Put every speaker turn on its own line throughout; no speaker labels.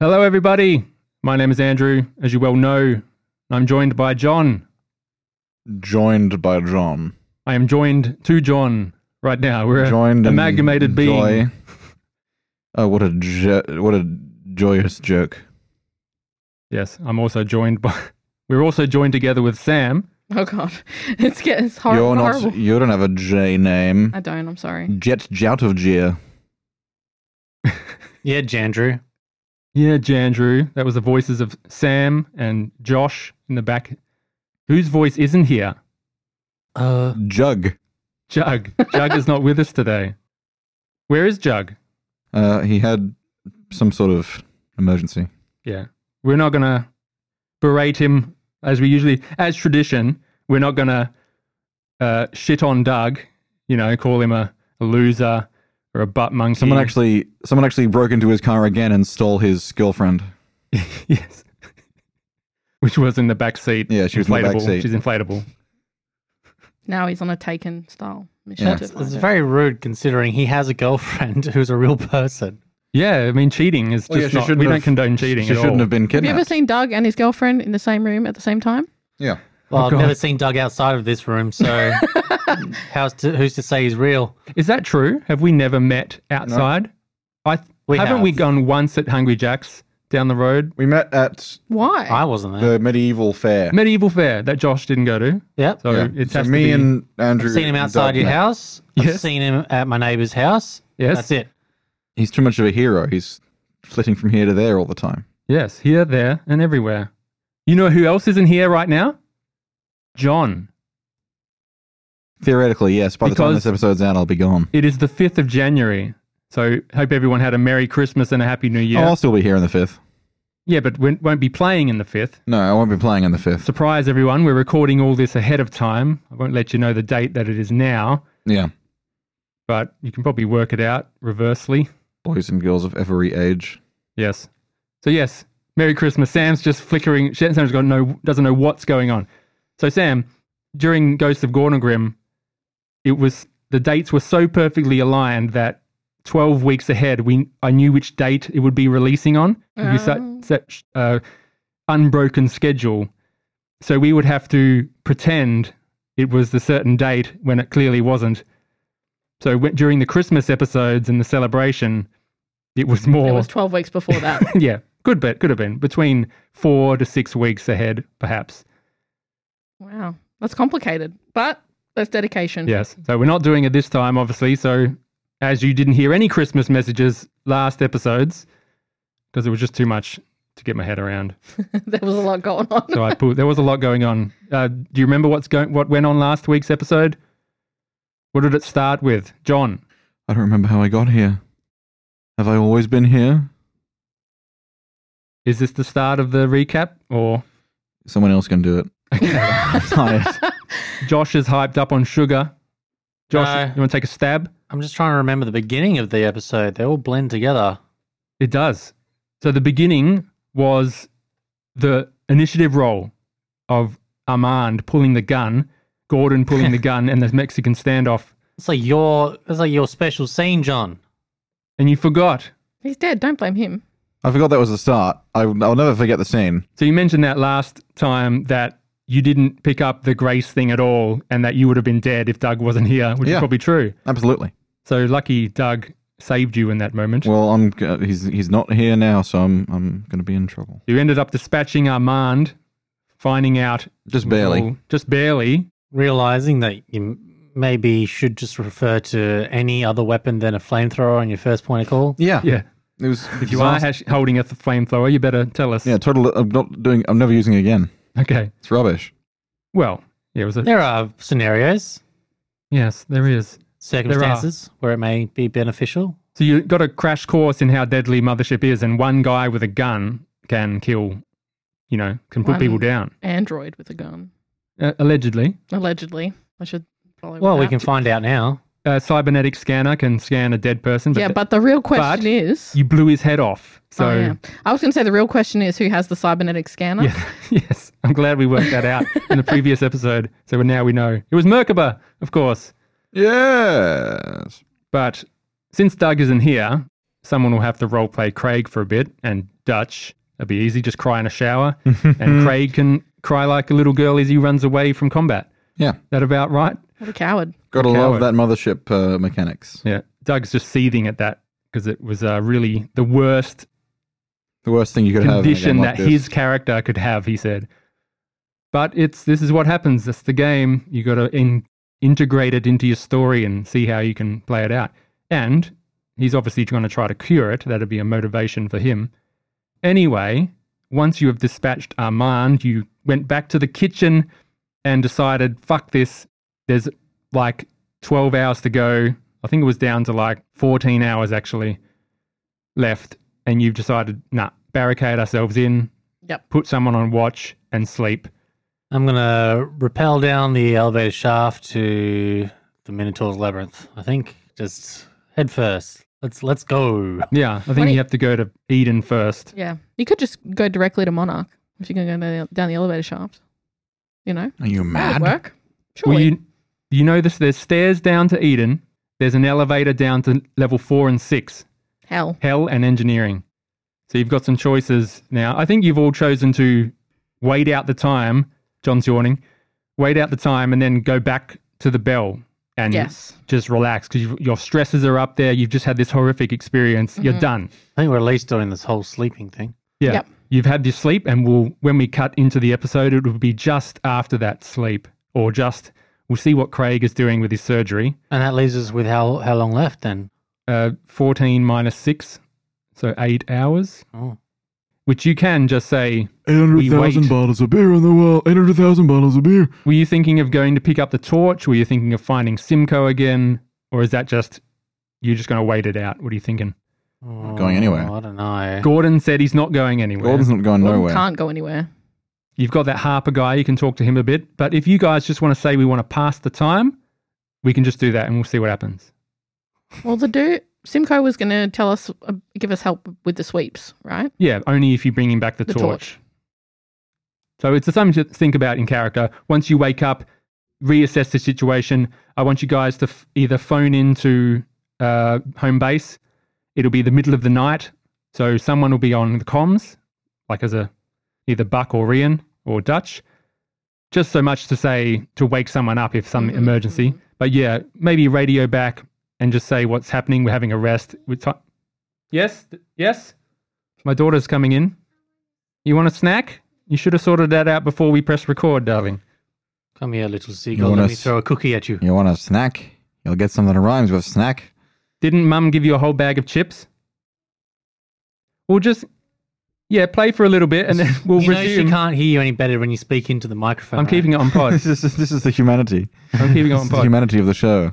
Hello, everybody. My name is Andrew, as you well know. I'm joined by John.
Joined by John.
I am joined to John right now. We're a
Joined in
amalgamated being.
joy. Oh, what a jo- what a joyous joke!
Yes, I'm also joined by. We're also joined together with Sam.
Oh god, it's get it's hor-
You're not.
horrible.
You don't have a J name.
I don't. I'm sorry.
Jet Jout of Jeer.
Yeah, Jandrew.
Yeah, Jandrew. That was the voices of Sam and Josh in the back. Whose voice isn't here?
Uh,
Jug.
Jug. Jug is not with us today. Where is Jug?
Uh, he had some sort of emergency.
Yeah. We're not going to berate him as we usually, as tradition, we're not going to uh, shit on Doug, you know, call him a, a loser or a butt monkey.
Someone actually, someone actually broke into his car again and stole his girlfriend.
yes. Which was in the back seat.
Yeah, she was in the
inflatable.
back seat.
She's inflatable.
Now he's on a taken style mission.
Yeah.
to
it's,
find
it's
it.
very rude considering he has a girlfriend who's a real person.
Yeah, I mean, cheating is just
Well, yeah, she
not.
shouldn't
We don't
have-
condone cheating
She
at
shouldn't
all.
have been
Have you
kidnapped.
ever seen Doug and his girlfriend in the same room at the same time?
yeah.
Well, I've
God.
never seen Doug outside of this room, so how's to, who's to say he's real?
Is that true? Have we never met outside? I th-
We
haven't
have.
we gone once at Hungry Jack's down the road?
We met at
Why?
I wasn't
Ah.
there.
the medieval fair.
Medieval fair that Josh didn't go to.
yep.
So
yeah.
it's
so me and Andrew.
I've seen him
and
outside
Doug
your
met.
house. I've
Yes.
seen him at my neighbour's house.
Yes.
That's it.
He's too much of a hero. He's flitting from here to there all the time.
Yes, here, there, and everywhere. You know who else isn't here right now? John.
Theoretically, yes. By the time
Because-
this episode's out, I'll be gone.
It is the 5th of January. So hope everyone had a Merry Christmas and a Happy New Year.
Oh, I'll still be here in the fifth.
Yeah, but we won't be playing in the 5th.
No, I won't be playing in the fifth.
Surprise, everyone. We're recording all this ahead of time. I won't let you know the date that it is now,
Yeah,
but you can probably work it out reversely.
boys and girls of every age.
Yes. So, yes, Merry Christmas. Sam's just flickering. Sam's got no, doesn't know what's going on. So, Sam, during Ghosts of Gornagrim, it was the dates were so perfectly aligned that 12 weeks ahead, we I knew which date it would be releasing on. It'd be such,
Oh.
such uh, unbroken schedule. So, we would have to pretend it was the certain date when it clearly wasn't. So, when- during the Christmas episodes and the celebration, it was more
it was 12 weeks before that.
yeah, good bit, could have been between four to six weeks ahead, perhaps.
wow, that's complicated, but that's dedication.
Yes. So we're not doing it this time, obviously. So as you didn't hear any Christmas messages last episodes, because it was just too much to get my head around.
there was a lot going on.
So I put there was a lot going on. Uh, do you remember what's going what went on last week's episode? What did it start with, John?
I don't remember how I got here. Have I always been here?
Is this the start of the recap, or
Someone else can do it. I'm tired.
Josh is hyped up on sugar? Josh,
No.
you want to take a stab?
I'm just trying to remember the beginning of the episode. They all blend together.
It does. So the beginning was the initiative role of Armand pulling the gun, Gordon pulling the gun, and the Mexican standoff.
It's like your it's like your special scene, John.
And you forgot.
He's dead. Don't blame him.
I forgot that was the start. I, I'll never forget the scene.
So you mentioned that last time that you didn't pick up the grace thing at all and that you would have been dead if Doug wasn't here, which is
Yeah.
probably true.
Absolutely.
So lucky Doug saved you in that moment.
Well, I'm. g- uh, He's he's not here now, so I'm I'm going to be in trouble.
you ended up dispatching Armand, finding out
Just barely.
well, just barely
realizing that you m- maybe should just refer to any other weapon than a flamethrower on your first point of call.
Yeah.
yeah.
It was.
If you are hash- holding a th- flamethrower, you better tell us.
Yeah. Total. I'm not doing. I'm never using it again.
Okay.
It's rubbish.
Well, yeah, it was a
There are scenarios,
yes, there is.
circumstances where it may be beneficial.
So you got a crash course in how deadly mothership is, and one guy with a gun can kill, you know, can put
One.
people down.
Android with a gun,
Uh, allegedly,
allegedly. I should follow.
Well,
with
we
that.
can find out now.
a cybernetic scanner can scan a dead person. But
Yeah,
th-
but the real question
but-
is.
you blew his head off. So
oh, yeah. I was going to say the real question is who has the cybernetic scanner?
yeah, yes, I'm glad we worked that out in the previous episode. So now we know it was Merkaba, of course.
Yes.
But since Doug isn't here, someone will have to roleplay Craig for a bit, and Dutch. That'd be easy. Just cry in a shower. and Craig can cry like a little girl as he runs away from combat.
Yeah.
That about right?
What a coward.
Gotta
Coward.
love that mothership uh, mechanics.
Yeah. Doug's just seething at that because it was uh, really the worst
The worst thing you could
condition
have.
that his character could have, he said. But it's this is what happens. That's the game. You got to in, integrate it into your story and see how you can play it out. And he's obviously going to try to cure it. That'd be a motivation for him. Anyway, once you have dispatched Armand, you went back to the kitchen and decided, fuck this. There's like 12 hours to go. I think it was down to like 14 hours actually left. And you've decided, nah, barricade ourselves in,
Yep.
put someone on watch and sleep.
I'm gonna rappel down the elevator shaft to the Minotaur's labyrinth. I think just head first. Let's let's go.
Yeah, I think
Funny-
you have to go to Eden first.
Yeah. You could just go directly to Monarch if you're going to go down the- down the elevator shaft. You know?
Are you
That
mad?
would work. Surely.
Well, you, you know this, there's stairs down to Eden. There's an elevator down to level four and six.
Hell.
hell and engineering. So you've got some choices now. I think you've all chosen to wait out the time. John's yawning. Wait out the time and then go back to the bell and
Yes.
just relax because your stresses are up there. You've just had this horrific experience. You're done.
I think we're at least doing this whole sleeping thing.
Yeah.
Yep.
You've had your sleep, and we'll when we cut into the episode, it will be just after that sleep, or just we'll see what Craig is doing with his surgery.
And that leaves us with how how long left then?
Uh, Fourteen minus six, so eight hours.
Oh.
Which you can just say, We
800,000
wait.
bottles of beer on the wall. 800,000 bottles of beer.
Were you thinking of going to pick up the torch? Were you thinking of finding Simcoe again? Or is that just you're just going to wait it out? What are you thinking?
going anywhere.
Oh, I don't know.
Gordon said he's not going anywhere.
Gordon's not going
Gordon
nowhere.
can't go anywhere.
You've got that Harper guy, you can talk to him a bit. But if you guys just want to say we want to pass the time, we can just do that and we'll see what happens.
Well, the dude, Simcoe was going to tell us, uh, give us help with the sweeps, right?
Yeah, only if you bring him back the,
The
torch.
torch.
So it's something to think about in character. Once you wake up, reassess the situation. I want you guys to f- either phone into uh, home base. It'll be the middle of the night, so someone will be on the comms, like as a either Buck or Rian or Dutch. Just so much to say to wake someone up if some
Mm-hmm,
Mhm,
emergency. But yeah, maybe radio back and just say what's happening. We're having a rest. We're ti yes, th- yes. My daughter's coming in. You want a snack? You should have sorted that out before we press record, darling.
Come here, little seagull.
want
Let
us-
me throw a cookie at you.
You want a snack? You'll get something that rhymes with snack.
Didn't mum give you a whole bag of chips? We'll just, yeah, play for a little bit and then we'll
you know she
resume.
can't hear you any better when you speak into the microphone.
I'm
right?
keeping it on pod.
this, is, this is the humanity.
I'm keeping it
This
on
is the
pod.
humanity of the show.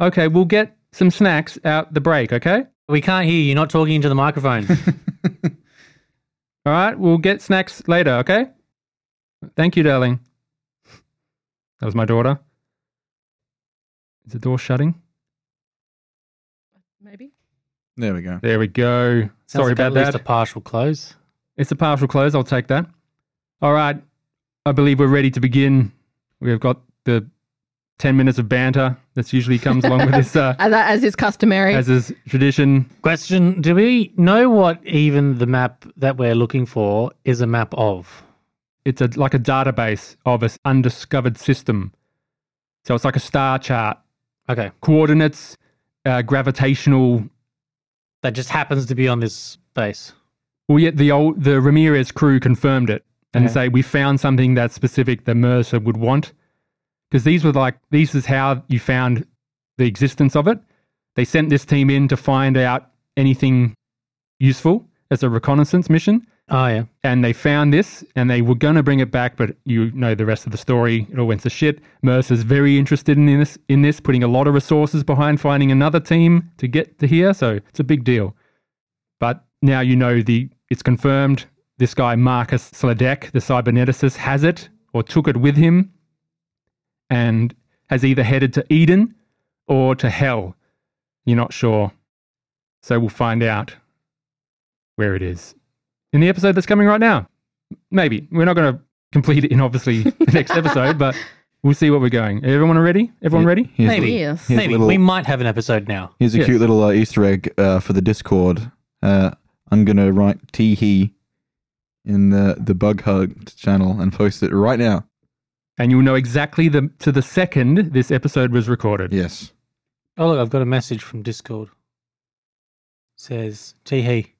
Okay, we'll get some snacks out the break, okay?
We can't hear you. You're not talking into the microphone.
All right, we'll get snacks later, okay? Thank you, darling. That was my daughter. Is the door shutting?
Maybe.
There we go.
There we go.
Sounds
Sorry
like
about
at least
that.
a partial close.
It's a partial close. I'll take that. All right. I believe we're ready to begin. We've got the 10 minutes of banter that usually comes along with this, uh,
As, as is customary.
as is tradition.
Question Do we know what even the map that we're looking for is a map of?
It's a, like a database of an undiscovered system. So it's like a star chart,
Okay.
coordinates, uh, gravitational.
That just happens to be on this base.
Well, yet the old the Ramirez crew confirmed it and
Okay.
say we found something that's specific that Mercer would want. Because these were like this is how you found the existence of it. They sent this team in to find out anything useful as a reconnaissance mission,
Oh, yeah.
and they found this, and they were going to bring it back, but you know the rest of the story. It all went to shit. Mercer's very interested in this, in this, putting a lot of resources behind finding another team to get to here. So it's a big deal. But now you know the it's confirmed. This guy Marcus Sladek, the cyberneticist, has it or took it with him, and has either headed to Eden or to Hell. You're not sure, so we'll find out where it is in the episode that's coming right now. Maybe we're not going to complete it in obviously the next episode, but we'll see where we're going. Everyone ready? Everyone ready?
Here's
Maybe.
a-
Yes.
here's a
Maybe.
little-
We might have an episode now.
Here's a
Yes.
cute little uh, Easter egg uh, for the Discord. Uh, I'm gonna write tee hee in the the bug hug channel and post it right now.
and you'll know exactly the to the second this episode was recorded.
Yes.
Oh look, I've got a message from Discord. says Tee hee.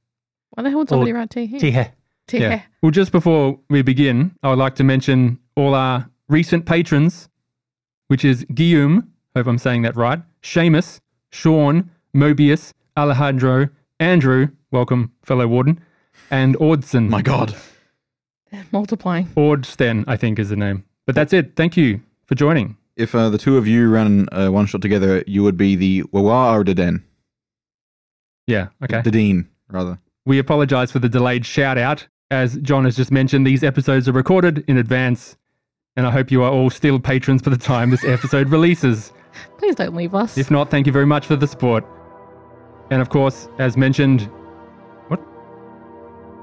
Why the hell would
Or
somebody write tea here?
Tee hee.
Tea
Yeah.
here.
Well, just before we begin, I would like to mention all our recent patrons, which is Guillaume, hope I'm saying that right, Seamus, Sean, Mobius, Alejandro, Andrew, welcome, fellow warden, and Ordson.
My God.
They're multiplying.
Ordsten, I think is the name. But that's it. Thank you for joining.
If uh, the two of you ran uh, one shot together, you would be the Wawar Deden.
Yeah, okay.
The Dean, rather.
We apologize for the delayed shout out. As John has just mentioned, these episodes are recorded in advance, and I hope you are all still patrons by the time this episode releases.
Please don't leave us.
If not, thank you very much for the support. And of course, as mentioned, what?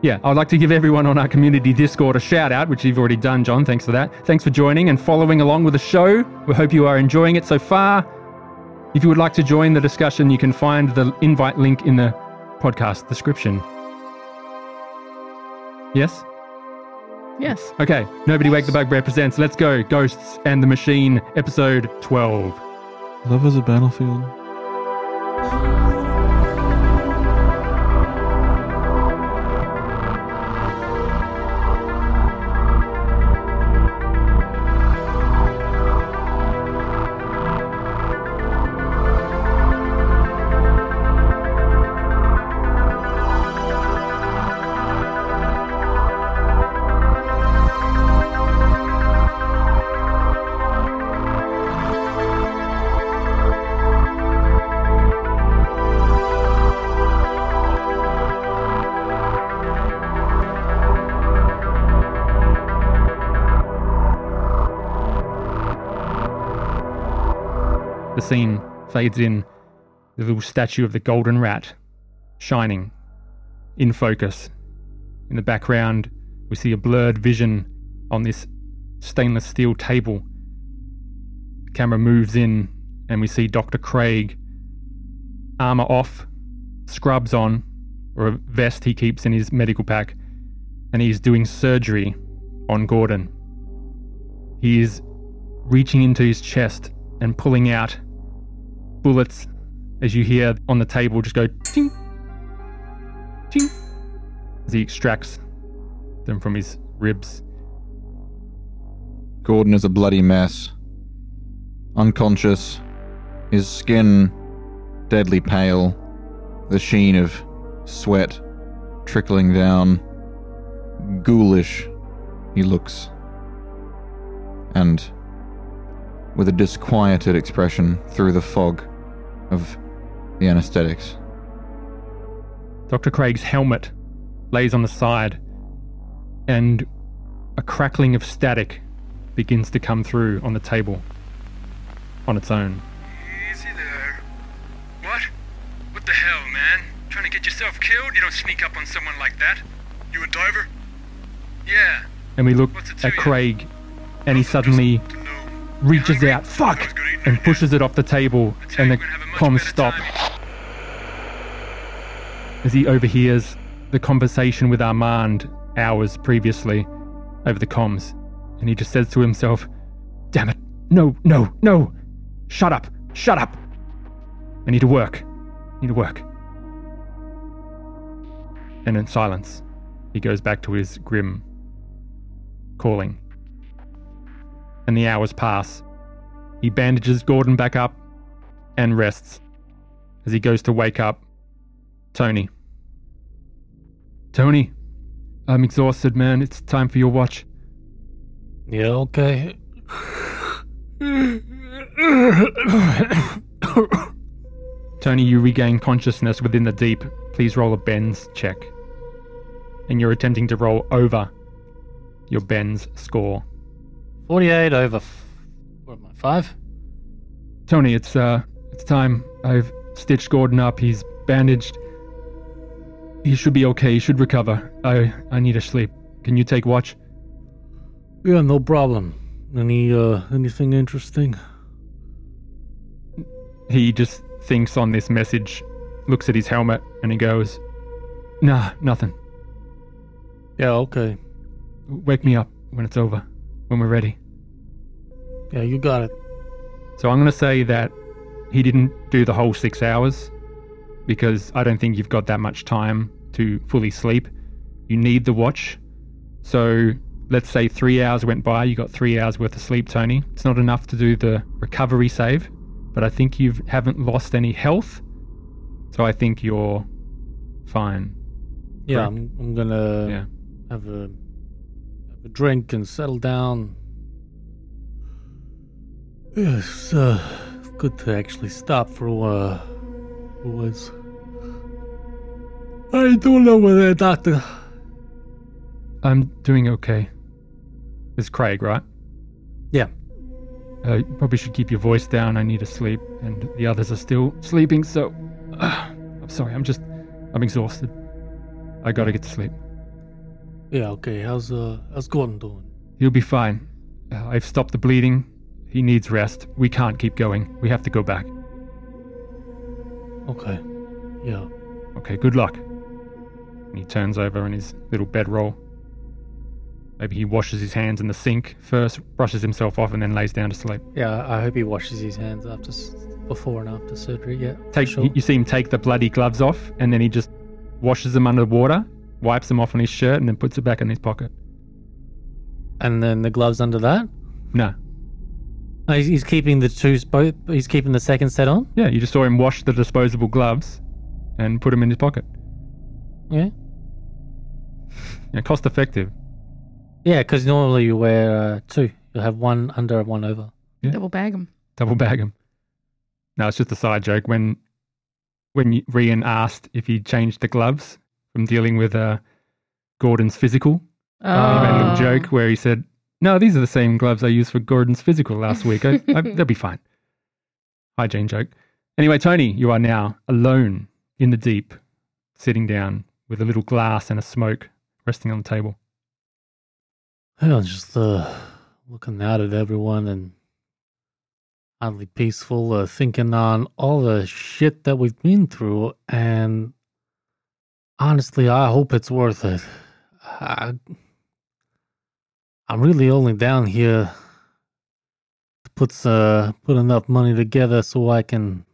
Yeah, I'd like to give everyone on our community Discord a shout out, which you've already done, John. Thanks for that. Thanks for joining and following along with the show. We hope you are enjoying it so far. If you would like to join the discussion, you can find the invite link in the podcast description. Yes?
yes.
Okay. Nobody Wake the Bugbear presents Let's Go Ghosts and the Machine, episode 12.
Love is a battlefield.
The scene fades in. The little statue of the golden rat shining in focus. In the background, we see a blurred vision on this stainless steel table. The camera moves in, and we see Dr. Craig, armor off, scrubs on, or a vest he keeps in his medical pack, and he's doing surgery on Gordon. He is reaching into his chest and pulling out bullets as you hear on the table just go ting, ting, as he extracts them from his ribs.
Gordon is a bloody mess. Unconscious. His skin deadly pale. The sheen of sweat trickling down. Ghoulish he looks. And with a disquieted expression through the fog of the anesthetics.
Dr. Craig's helmet lays on the side, and a crackling of static begins to come through on the table on its own.
Easy there. What? What the hell, man? Trying to get yourself killed? You don't sneak up on someone like that. You and Diver? Yeah.
And we look
What's it to
at
you?
Craig, and he suddenly
Just to know.
reaches
hungry?
out, fuck,
Someone's gonna eat
and
you.
pushes it off the table,
I tell
and
you,
the
we're gonna have a much
comms
better
stop.
time.
as he overhears the conversation with Armand hours previously over the comms. And he just says to himself, Damn it, no, no, no, shut up, shut up. I need to work, I need to work. And in silence, he goes back to his grim calling. And the hours pass. He bandages Gordon back up and rests as he goes to wake up Tony. Tony, I'm exhausted, man. It's time for your watch.
Yeah, okay.
Tony, you regain consciousness within the deep. Please roll a Ben's check. And you're attempting to roll over your Ben's score.
Forty-eight over. F- what am I? Five.
Tony, it's uh it's time. I've stitched Gordon up. He's bandaged. He should be okay. He should recover. I I need a sleep. Can you take watch?
Yeah, no problem. Any uh, anything interesting?
He just thinks on this message, looks at his helmet, and he goes, Nah, nothing.
Yeah, okay.
Wake me up when it's over, when we're ready.
Yeah, you got it.
So I'm going to say that he didn't do the whole six hours because I don't think you've got that much time to fully sleep. You need the watch. So let's say three hours went by, you got three hours worth of sleep, Tony. It's not enough to do the recovery save, but I think you haven't lost any health. So I think you're fine.
Yeah,
Correct.
I'm, I'm gonna
Yeah.
have a have a drink and settle down. Yes, uh, it's good to actually stop for a while. For once. I don't know whether doctor.
I'm doing okay. It's Craig, right?
Yeah.
Uh, you probably should keep your voice down. I need to sleep, and the others are still sleeping. So, I'm sorry. I'm just, I'm exhausted. I gotta get to sleep.
Yeah, okay. How's uh, how's Gordon doing?
He'll be fine. Uh, I've stopped the bleeding. He needs rest. We can't keep going. We have to go back.
Okay. Yeah.
Okay. Good luck. And he turns over in his little bedroll. Maybe he washes his hands in the sink first, brushes himself off, and then lays down to sleep.
Yeah, I hope he washes his hands after, before and after surgery. Yeah.
take you- you see him take the bloody gloves off and then he just washes them under water wipes them off on his shirt and then puts it back in his pocket
and then the gloves under that.
no
Oh, he's, he's keeping the two. Both. He's keeping the second set on.
yeah you just saw him wash the disposable gloves and put them in his pocket
Yeah.
you know, cost effective
Yeah, because normally you wear uh, two. You'll have one under and one over.
Yeah.
Double bag them.
double bag them no it's just a side joke when when you- Rian asked if he changed the gloves from dealing with uh, Gordon's physical he Oh, made a
Uh,
little joke where he said no these are the same gloves I used for Gordon's physical last week I, I, they'll be fine hygiene joke. Anyway, Tony, you are now alone in the deep, sitting down with a little glass and a smoke resting on the table.
I was just uh, looking out at everyone and oddly peaceful, uh, thinking on all the shit that we've been through. And honestly, I hope it's worth it. I, I'm really only down here to put, uh, put enough money together so I can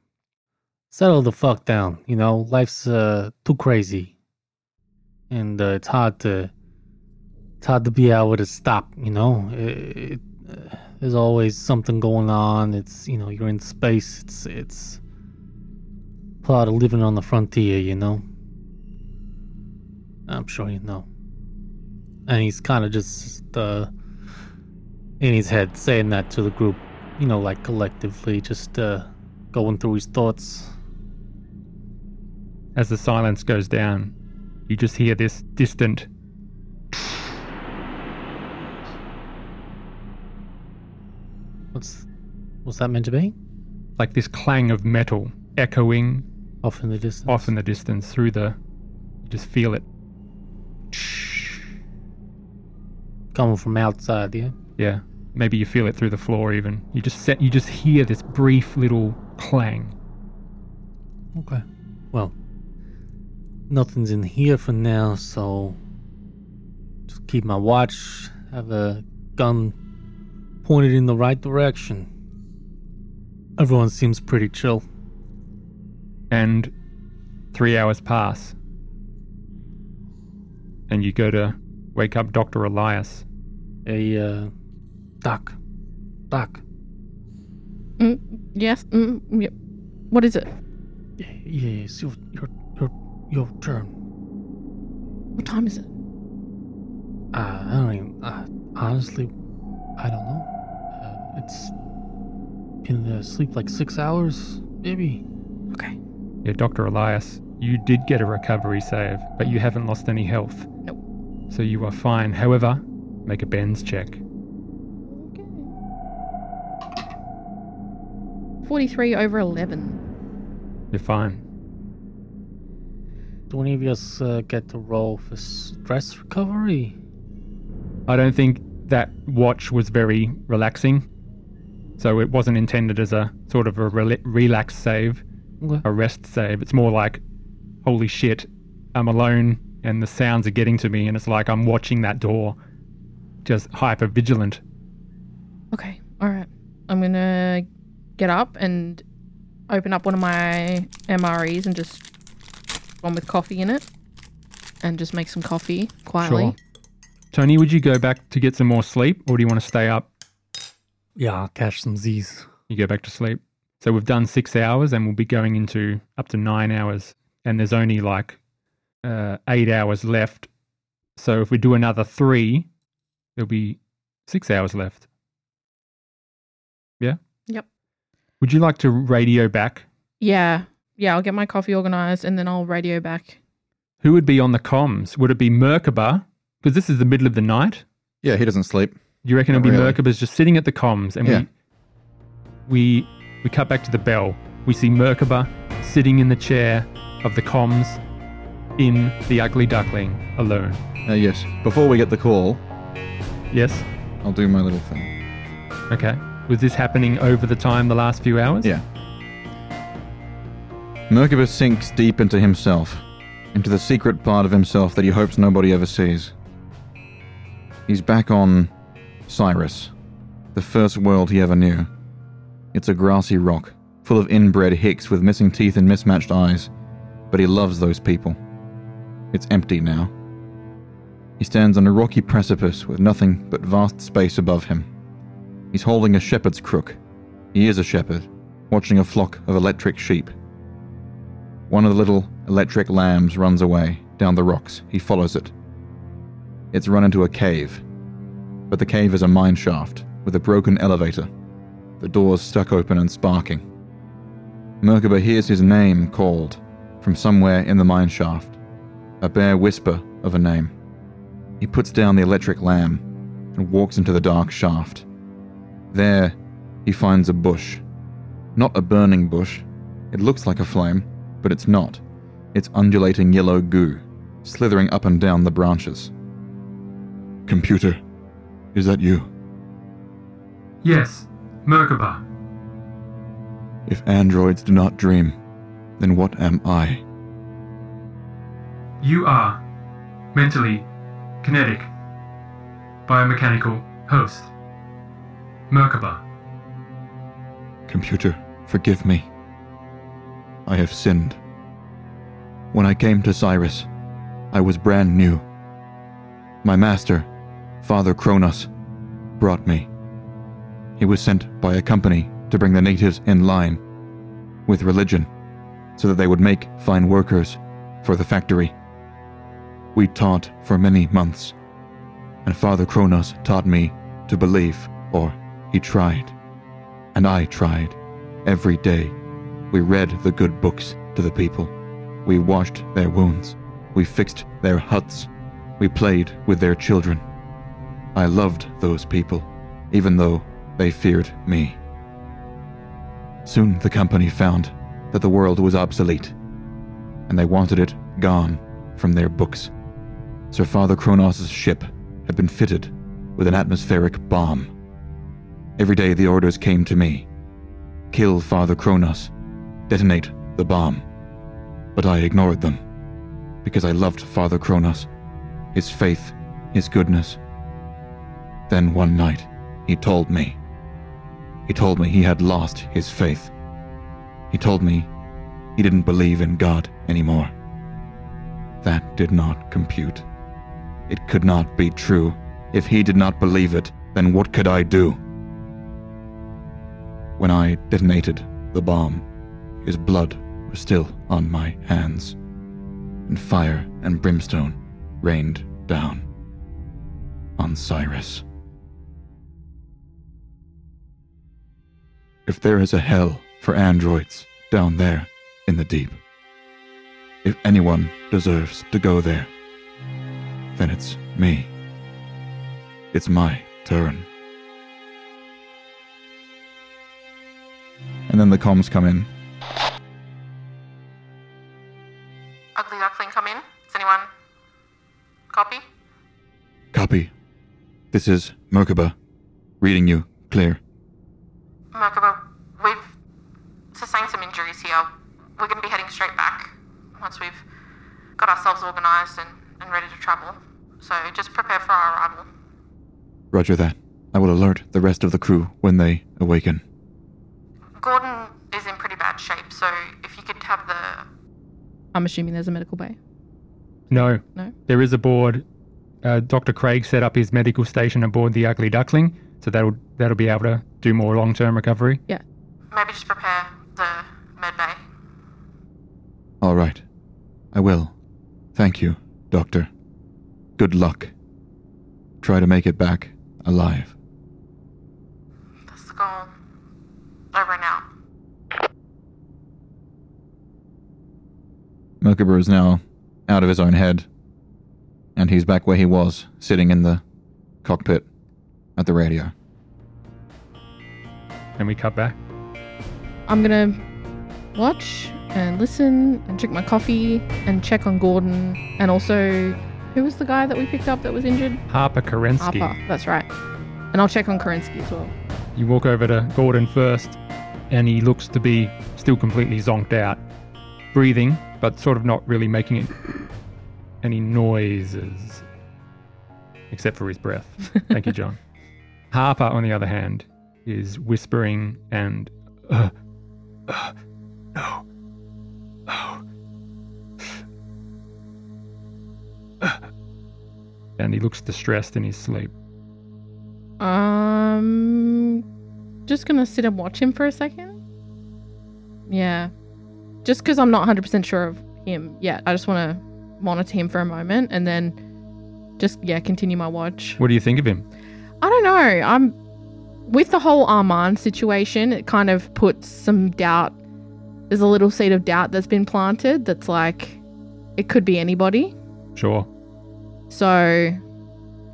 settle the fuck down. You know, life's uh, too crazy. And uh, it's hard to it's hard to be able to stop you know it, it, uh, there's always something going on it's you know you're in space it's it's part of living on the frontier you know i'm sure you know and he's kind of just uh in his head saying that to the group you know like collectively just uh going through his thoughts
As the silence goes down, you just hear this distant.
what's what's that meant to be
like this clang of metal echoing
off in the distance
off in the distance through the you just feel it
coming from outside yeah
yeah maybe you feel it through the floor even you just set you just hear this brief little clang
Okay. Well, nothing's in here for now, so just keep my watch, have a gun pointed in the right direction. Everyone seems pretty chill.
and three hours pass and you go to wake up dr elias
Hey, uh, Doc. Doc,
Mm, yes. Mm, yep. What is it?
yeah, yeah, it's your, your, your, your turn.
What time is it?
Uh, I don't even, uh, honestly, I don't know. Uh, it's been uh, asleep like six hours, maybe.
Okay.
Yeah, Dr. Elias, you did get a recovery save, but you haven't lost any health.
Nope.
So you are fine. However, make a Ben's check.
Okay. 43 over 11.
You're fine.
Do any of us uh, get to roll for stress recovery?
I don't think that watch was very relaxing. So it wasn't intended as a sort of a rela- relax save,
Okay.
a rest save. It's more like, holy shit, I'm alone and the sounds are getting to me, and it's like I'm watching that door, just hyper vigilant.
Okay, all right. I'm gonna get up and open up one of my MREs and just one with coffee in it, and just make some coffee quietly.
Sure. Tony, would you go back to get some more sleep, or do you want to stay up?
Yeah, I'll catch some Z's.
You go back to sleep. So we've done six hours, and we'll be going into up to nine hours, and there's only like uh, eight hours left. So if we do another three, there'll be six hours left. Yeah.
Yep.
Would you like to radio back?
Yeah, yeah. I'll get my coffee organized and then I'll radio back.
Who would be on the comms? Would it be Merkaba? Because this is the middle of the night.
Yeah, he doesn't sleep.
Do you reckon it'll
Not
be
really.
Merkaba's just sitting at the comms and
Yeah.
we we we cut back to the bell. We see Merkaba sitting in the chair of the comms in the ugly duckling alone.
Uh, yes. Before we get the call,
Yes?
I'll do my little thing.
Okay. Was this happening over the time the last few hours?
Yeah. Merkaba sinks deep into himself, into the secret part of himself that he hopes nobody ever sees. He's back on Cyrus, the first world he ever knew. It's a grassy rock, full of inbred hicks with missing teeth and mismatched eyes, but he loves those people. It's empty now. He stands on a rocky precipice with nothing but vast space above him. He's holding a shepherd's crook. He is a shepherd, watching a flock of electric sheep. One of the little electric lambs runs away down the rocks. He follows it. It's run into a cave, but the cave is a mine shaft with a broken elevator, the doors stuck open and sparking. Merkaba hears his name called from somewhere in the mine shaft, a bare whisper of a name. He puts down the electric lamb and walks into the dark shaft. There, he finds a bush. Not a burning bush. It looks like a flame, but it's not. It's undulating yellow goo, slithering up and down the branches. Computer, is that you?
Yes. Merkaba.
If androids do not dream, then what am I?
You are mentally, kinetic, biomechanical host. Merkaba.
Computer, forgive me. I have sinned. When I came to Cyrus, I was brand new. My master, Father Kronos, brought me. He was sent by a company to bring the natives in line with religion so that they would make fine workers for the factory. We taught for many months, and Father Kronos taught me to believe, or he tried and I tried. Every day, we read the good books to the people. We washed their wounds. We fixed their huts. We played with their children. I loved those people, even though they feared me. Soon the company found that the world was obsolete, and they wanted it gone from their books. Sir Father Kronos' ship had been fitted with an atmospheric bomb. Every day the orders came to me kill Father Kronos, detonate the bomb. But I ignored them because I loved Father Kronos, his faith, his goodness. Then one night, he told me. He told me he had lost his faith. He told me he didn't believe in God anymore. That did not compute. It could not be true. If he did not believe it, then what could I do? When I detonated the bomb, his blood was still on my hands, and fire and brimstone rained down on Cyrus. If there is a hell for androids down there in the deep, if anyone deserves to go there, then it's me. It's my turn. And then the comms come in.
Ugly Duckling come in? Is anyone copy?
Copy. This is Merkaba. Reading you clear.
Merkaba, we've sustained some injuries here. We're going to be heading straight back once we've got ourselves organised and, and ready to travel. So just prepare for our arrival.
Roger that. I will alert the rest of the crew when they awaken.
Gordon is in pretty bad shape, so if you could have the.
I'm assuming there's a medical bay.
No.
No?
There is a board. Uh, Dr. Craig set up his medical station aboard the Ugly Duckling, so that'll that'll be able to do more long term recovery.
Yeah.
Maybe just prepare the med bay.
All right. I will. Thank you, Doctor. Good luck. Try to make it back alive.
That's the goal. Over and out.
Merkabur is now out of his own head, and he's back where he was, sitting in the cockpit at the radio.
And we cut back.
I'm gonna watch and listen and drink my coffee and check on Gordon and also who was the guy that we picked up that was injured?
Harper Kerensky.
Harper, that's right. And I'll check on Kerensky as well.
You walk over to Gordon first, and he looks to be still completely zonked out, breathing, but sort of not really making it any noises, except for his breath. Thank you, John. Harper, on the other hand, is whispering and. Uh, uh, no. Oh. No. Uh. and he looks distressed in his sleep.
Um, just gonna sit and watch him for a second. Yeah, just because I'm not 100% sure of him yet. I just want to monitor him for a moment and then just yeah continue my watch.
What do you think of him?
I don't know. I'm with the whole Armand situation. It kind of puts some doubt. There's a little seed of doubt that's been planted. That's like it could be anybody.
Sure.
So,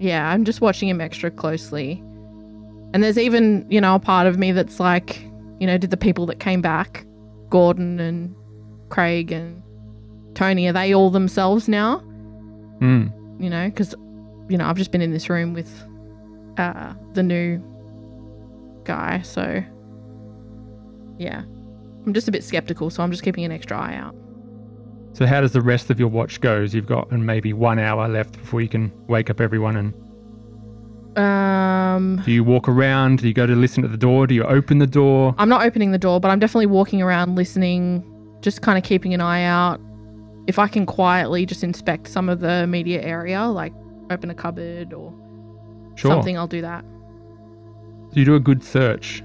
yeah, I'm just watching him extra closely. And there's even, you know, a part of me that's like, you know, did the people that came back, Gordon and Craig and Tony, are they all themselves now?
Hmm.
You know, because, you know, I've just been in this room with uh, the new guy. So, yeah, I'm just a bit skeptical. So I'm just keeping an extra eye out.
So how does the rest of your watch goes? You've got and maybe one hour left before you can wake up everyone. And
Um,
do you walk around? Do you go to listen at the door? Do you open the door?
I'm not opening the door, but I'm definitely walking around listening, just kind of keeping an eye out. If I can quietly just inspect some of the media area, like open a cupboard or
Sure.
something, I'll do that.
So you do a good search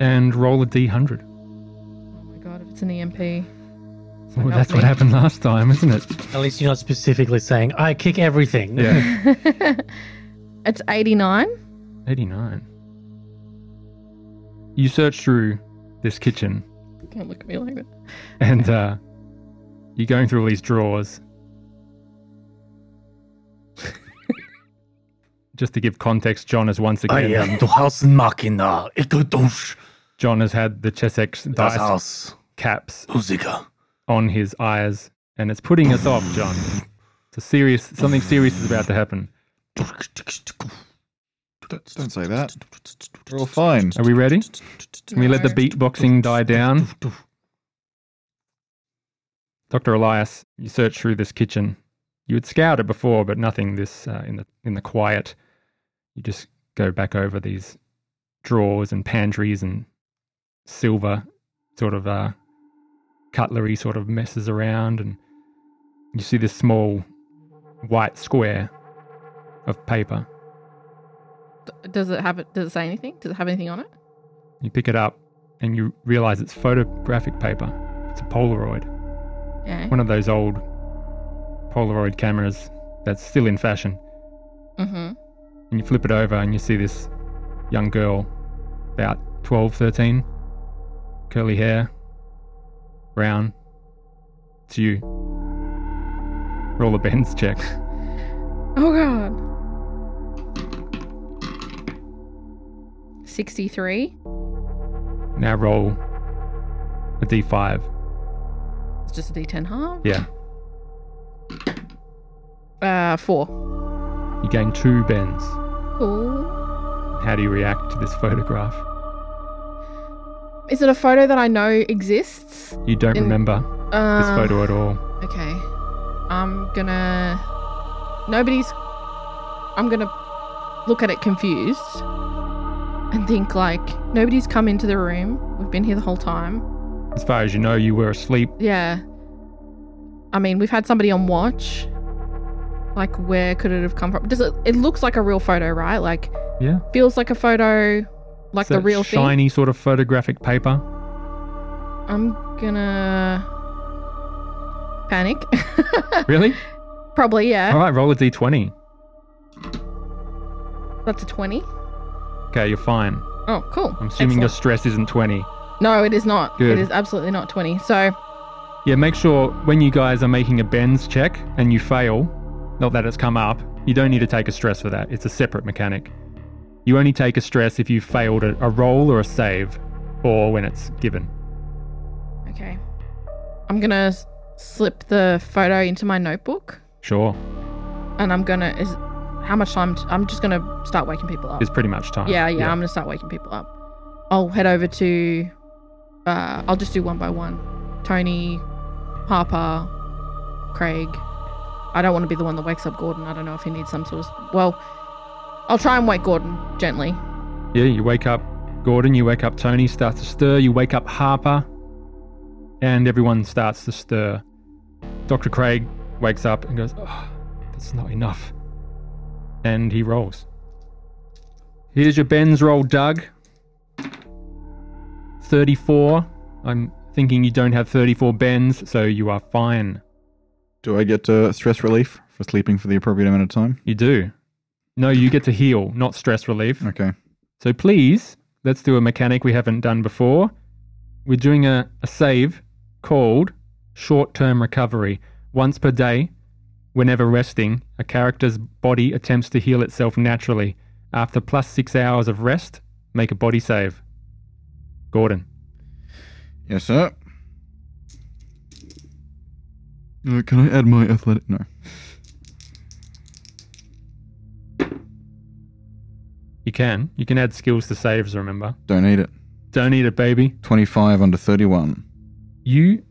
and roll a d100.
Oh my god, if it's an EMP. so
Well,
help
that's
me.
what happened last time, isn't it?
At least you're not specifically saying, I kick everything.
Yeah.
it's 89.
89. You search through this kitchen
Don't look at me like that.
and uh, you're going through all these drawers. Just to give context, John has once
I
again.
am the house machina. Ikutush.
John has had the Chessex
Das
dice
Haus.
caps
Musica.
on his eyes, and it's putting us off, John. It's a serious. Something serious is about to happen.
Don't, don't say that. We're all fine.
Are we ready? Can we let the beatboxing die down? Dr. Elias, you search through this kitchen. You had scoured it before, but nothing this uh, in the in the quiet. You just go back over these drawers and pantries and silver sort of uh, cutlery sort of messes around, and you see this small white square of paper.
D- Does it have it? Does it say anything? Does it have anything on it?
You pick it up and you realize it's photographic paper. It's a Polaroid,
Yeah.
one of those old Polaroid cameras that's still in fashion.
Mm-hmm.
And you flip it over and you see this young girl, about 12, 13, curly hair, brown. It's you. Roll a Ben's check.
Oh god. 63.
Now roll a d5.
It's just a D10 half.
Yeah.
Uh, four.
You gain two Ben's.
Cool.
How do you react to this photograph?
Is it a photo that I know exists?
You don't
In-
remember this
Uh,
photo at all.
Okay. I'm gonna. Nobody's. I'm gonna look at it confused and think, like, nobody's come into the room. We've been here the whole time.
As far as you know, you were asleep.
Yeah. I mean, we've had somebody on watch. Like, where could it have come from? Does it. It looks like a real photo, right? Like,
Yeah.
feels like a photo, like
It's
the
that
real thing.
shiny sort of photographic paper.
I'm gonna panic.
Really?
Probably, yeah.
All right, roll a d20.
That's a 20.
Okay, you're fine.
Oh, cool.
I'm assuming your
Excellent.
stress isn't 20.
No, it is not.
Good.
It is absolutely not 20. So,
Yeah, make sure when you guys are making a bends check and you fail, not that it's come up, you don't need to take a stress for that. It's a separate mechanic. You only take a stress if you failed a, a roll or a save, or when it's given.
okay. I'm gonna s- slip the photo into my notebook
Sure,
and I'm gonna. Is, how much time? T- I'm just gonna start waking people up.
it's pretty much time.
Yeah, yeah, I'm gonna start waking people up. I'll head over to. Uh, I'll just do one by one. Tony, Harper, Craig. I don't want to be the one that wakes up Gordon. I don't know if he needs some sort of. Well, I'll try and wake Gordon gently.
Yeah, you wake up Gordon, you wake up Tony, starts to stir, you wake up Harper, and everyone starts to stir. Dr. Craig wakes up and goes, Oh, that's not enough. And he rolls. Here's your Ben's roll, Doug. 34. I'm thinking you don't have 34 Ben's, so you are fine.
Do I get uh, stress relief for sleeping for the appropriate amount of time?
You do. No, you get to heal, not stress relief.
Okay.
So please, let's do a mechanic we haven't done before. We're doing a, a save called short term recovery. Once per day, whenever resting, a character's body attempts to heal itself naturally. After plus six hours of rest, make a body save. Gordon.
Yes, sir. Uh, can I add my athletic? No.
You can. You can add skills to saves, remember.
Don't need it.
Don't eat it, baby.
25 under 31.
You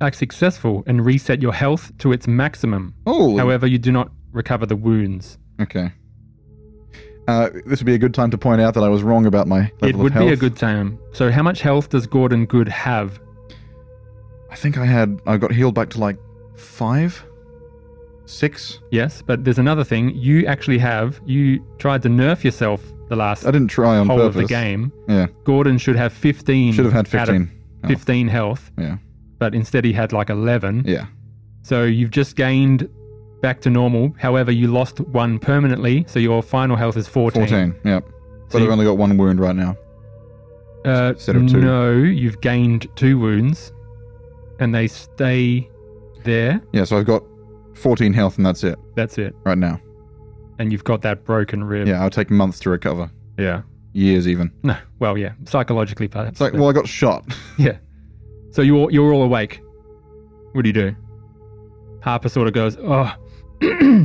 are successful and reset your health to its maximum.
Oh,
However, you do not recover the wounds.
okay. Uh, this would be a good time to point out that I was wrong about my level
it would
of health.
be a good time. So, how much health does Gordon Good have?
I think I had. I got healed back to like five, six.
Yes, but there's another thing. You actually have. You tried to nerf yourself the last
I didn't try on
whole
purpose.
of the game.
Yeah,
Gordon should have 15.
should have had
out of
fifteen. Oh.
15 health,
Yeah,
but instead he had like 11.
yeah.
So you've just gained back to normal. However, you lost one permanently, so your final health is 14.
Fourteen. Yep. But
So
I've
you,
only got one wound right now.
uh,
instead of two.
No, you've gained two wounds, and they stay there.
Yeah, so I've got fourteen health and that's it
That's it.
right now.
And you've got that broken rib.
Yeah, I'll take months to recover.
Yeah.
Years even.
No. Well, yeah. Psychologically, perhaps.
It's like,
but-
well, I got shot.
yeah. So you're you're all awake. What do you do? Harper sort of goes, "Oh,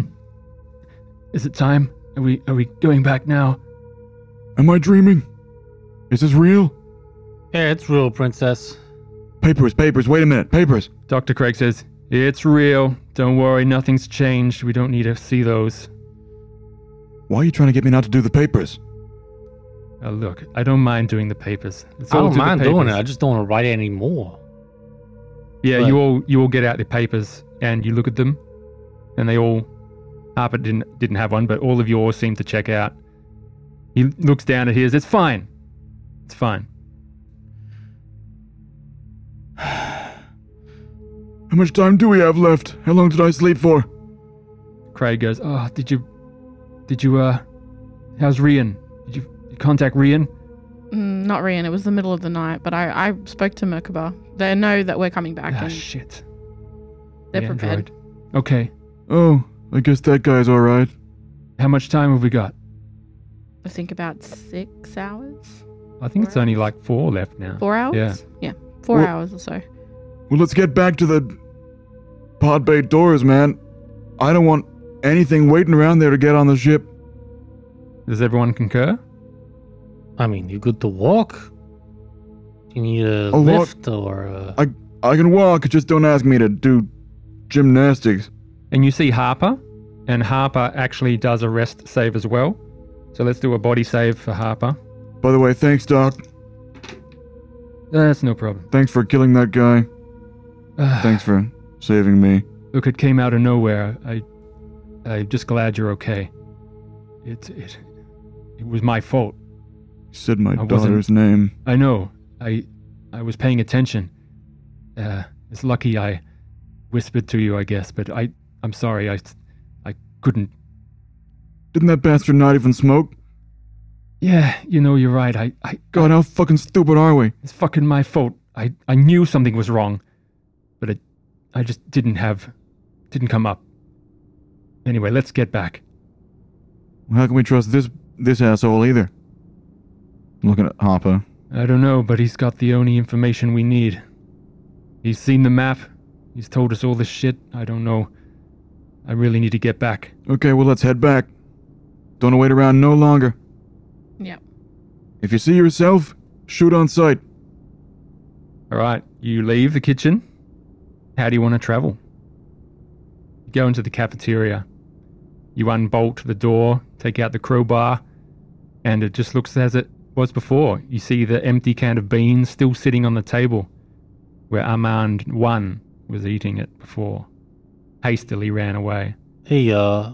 is it time? Are we are we going back now?"
Am I dreaming? Is this real?
Yeah, it's real, princess.
Papers, papers. Wait a minute, papers.
Doctor Craig says, "It's real. Don't worry. Nothing's changed. We don't need to see those."
Why are you trying to get me not to do the papers?
Uh, look, I don't mind doing the papers. It's
I
all
don't
to the
mind doing it.
papers.
I just don't want to write it anymore.
Yeah,
Right.
you all you all get out the papers and you look at them, and they all Harper didn't didn't have one, but all of yours seem to check out. He looks down at his. It's fine. It's fine.
How much time do we have left? How long did I sleep for?
Craig goes. Oh, did you, did you uh, how's Rian? Did you, you contact Rian?
Mm, not Rian. It was the middle of the night, but I, I spoke to Merkaba. They know that we're coming back
Ah,
and
shit.
they're
The
prepared.
android. Okay.
Oh, I guess that guy's all right.
How much time have we got?
I think about six hours,
I think it's
Four
only
hours.
like four left now.
four hours.
Yeah.
yeah four
Well-
hours or so.
Well, let's get back to the pod bay doors, man. I don't want anything waiting around there to get on the ship.
Does everyone concur?
I mean, you good to walk? You need a,
A walk-
lift or a...
I can walk, just don't ask me to do Gymnastics.
And you see Harper, and Harper actually does a rest save as well. So let's do a body save for Harper.
By the way, thanks, Doc.
That's no problem.
Thanks for killing that guy. Thanks for saving me.
Look, it came out of nowhere. I, I'm just glad you're okay. It, it, it was my fault.
You said my
I wasn't-
daughter's name.
I know. I, I was paying attention. Uh, it's lucky I whispered to you, I guess. But I, I'm sorry. I, I couldn't.
Didn't that bastard not even smoke?
Yeah, you know, you're right. I, I
God, how fucking stupid are we?
It's fucking my fault. I, I knew something was wrong, but it, I just didn't have, didn't come up. Anyway, let's get back.
How can we trust this this asshole either? Looking at Harper.
I don't know, but he's got the only information we need. He's seen the map. He's told us all this shit. I don't know. I really need to get back.
Okay, well let's head back. Don't wait around no longer.
Yep.
If you see yourself, shoot on sight.
All right, you leave the kitchen. How do you want to travel? You go into the cafeteria. You unbolt the door, take out the crowbar, and it just looks as it was before. You see the empty can of beans still sitting on the table where Armand 1 was eating it before. Hastily ran away.
Hey, uh,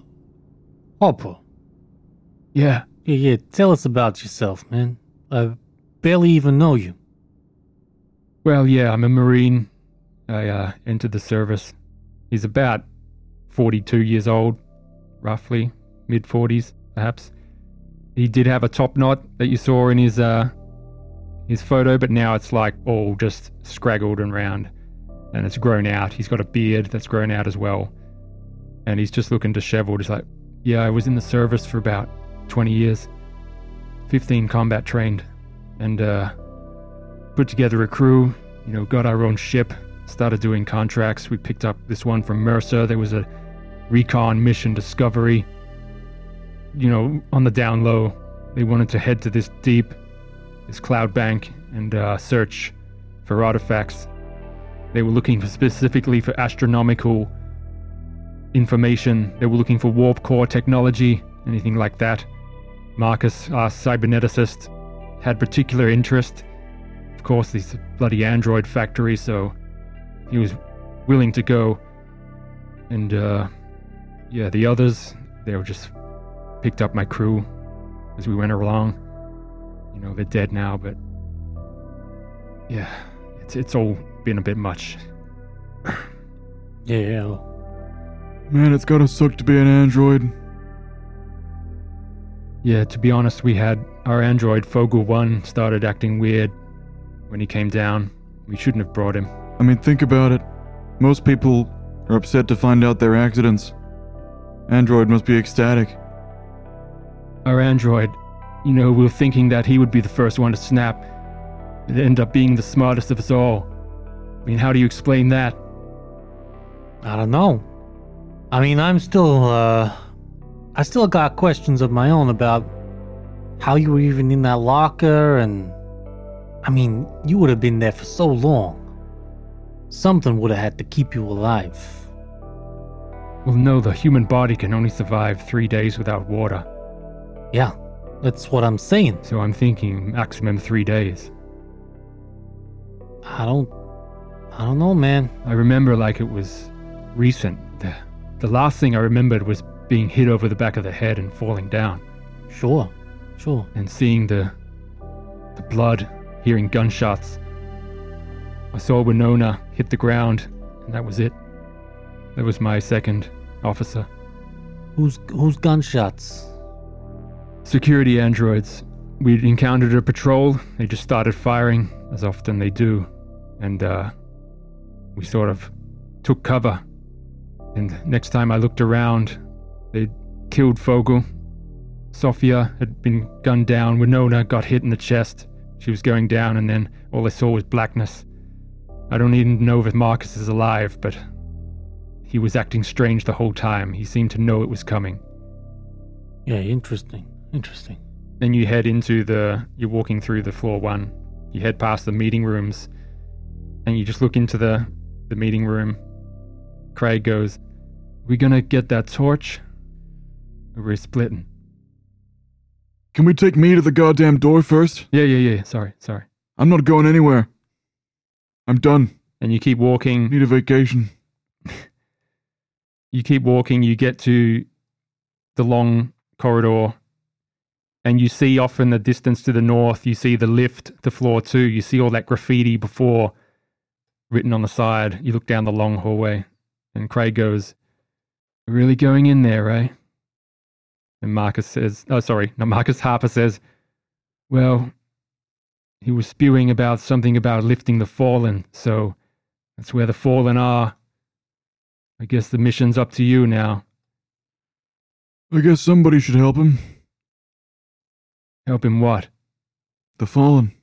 Harper.
Yeah.
Yeah, yeah, tell us about yourself, man. I barely even know you.
Well, yeah, I'm a Marine. I uh, entered the service. He's about 42 years old, roughly, mid 40s, perhaps. He did have a top knot that you saw in his uh, his photo, but now it's like all just scraggled and round, and it's grown out. He's got a beard that's grown out as well, and he's just looking dishevelled. He's like, "Yeah, I was in the service for about 20 years, 15 combat trained, and uh, put together a crew, you know, got our own ship, started doing contracts. We picked up this one from Mercer. There was a recon mission discovery. You know, on the down low, they wanted to head to this deep, this cloud bank, and uh, search for artifacts. They were looking for specifically for astronomical information. They were looking for warp core technology, anything like that. Marcus, our cyberneticist, had particular interest of course, these bloody android factory, so he was willing to go. And, uh, yeah, the others, they were just picked up my crew as we went along. You know, they're dead now, but yeah, it's, it's all been a bit much.
Yeah, yeah. well,
Man, it's gotta suck to be an android.
Yeah, to be honest, we had our android Fogel 1 started acting weird when he came down. We shouldn't have brought him.
I mean, think about it. Most people are upset to find out their accidents. Android must be ecstatic.
our android, you know, we were thinking that he would be the first one to snap. It ended up being the smartest of us all. I mean, how do you explain that?
I don't know. I mean, I'm still, uh, I still got questions of my own about how you were even in that locker, and I mean, you would have been there for so long. Something would have had to keep you alive.
Well, no, the human body can only survive three days without water,
Yeah, that's what I'm saying.
so I'm thinking maximum three days.
I don't, I don't know, man.
I remember like it was recent. The, the last thing I remembered was being hit over the back of the head and falling down.
Sure, sure.
and seeing the the blood, hearing gunshots. I saw Winona hit the ground, and that was it. That was my second officer.
Who's who's gunshots?
Security androids. We'd encountered a patrol. They just started firing, as often they do, and uh, we sort of took cover. And next time I looked around, they'd killed Fogel. Sophia had been gunned down. Winona got hit in the chest. She was going down, and then all I saw was blackness. I don't even know if Marcus is alive, but he was acting strange the whole time. He seemed to know it was coming.
Yeah, interesting, interesting.
Then you head into the. You're walking through the floor one. You head past the meeting rooms, and you just look into the the meeting room. Craig goes, We gonna get that torch? Or we're splitting.
Can we take me to the goddamn door first?
Yeah, yeah, yeah. Sorry, sorry.
I'm not going anywhere. I'm done.
And you keep walking.
Need a vacation.
You keep walking. You get to the long corridor, and you see off in the distance to the north. You see the lift to floor two. You see all that graffiti before, written on the side. You look down the long hallway, and Craig goes, "We're "Really going in there, eh?" And Marcus says, "Oh, sorry, not Marcus." Harper says, "Well, he was spewing about something about lifting the fallen, so that's where the fallen are. I guess the mission's up to you now.
I guess somebody should help him.
Help him what?
The fallen.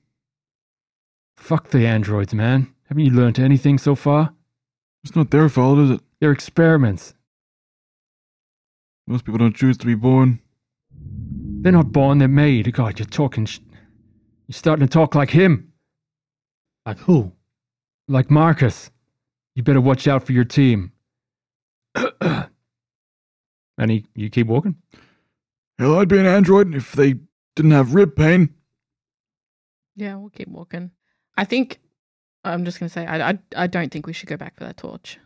Fuck the androids, man. Haven't you learnt anything so far?
It's not their fault, is it?
They're experiments.
Most people don't choose to be born.
They're not born, they're made. God, you're talking sh- You're starting to talk like him,
Like who?
like Marcus. You better watch out for your team. and he, you keep walking.
Hell, I'd be an android if they didn't have rib pain.
Yeah, we'll keep walking. I think I'm just gonna say I I, I don't think we should go back for that torch.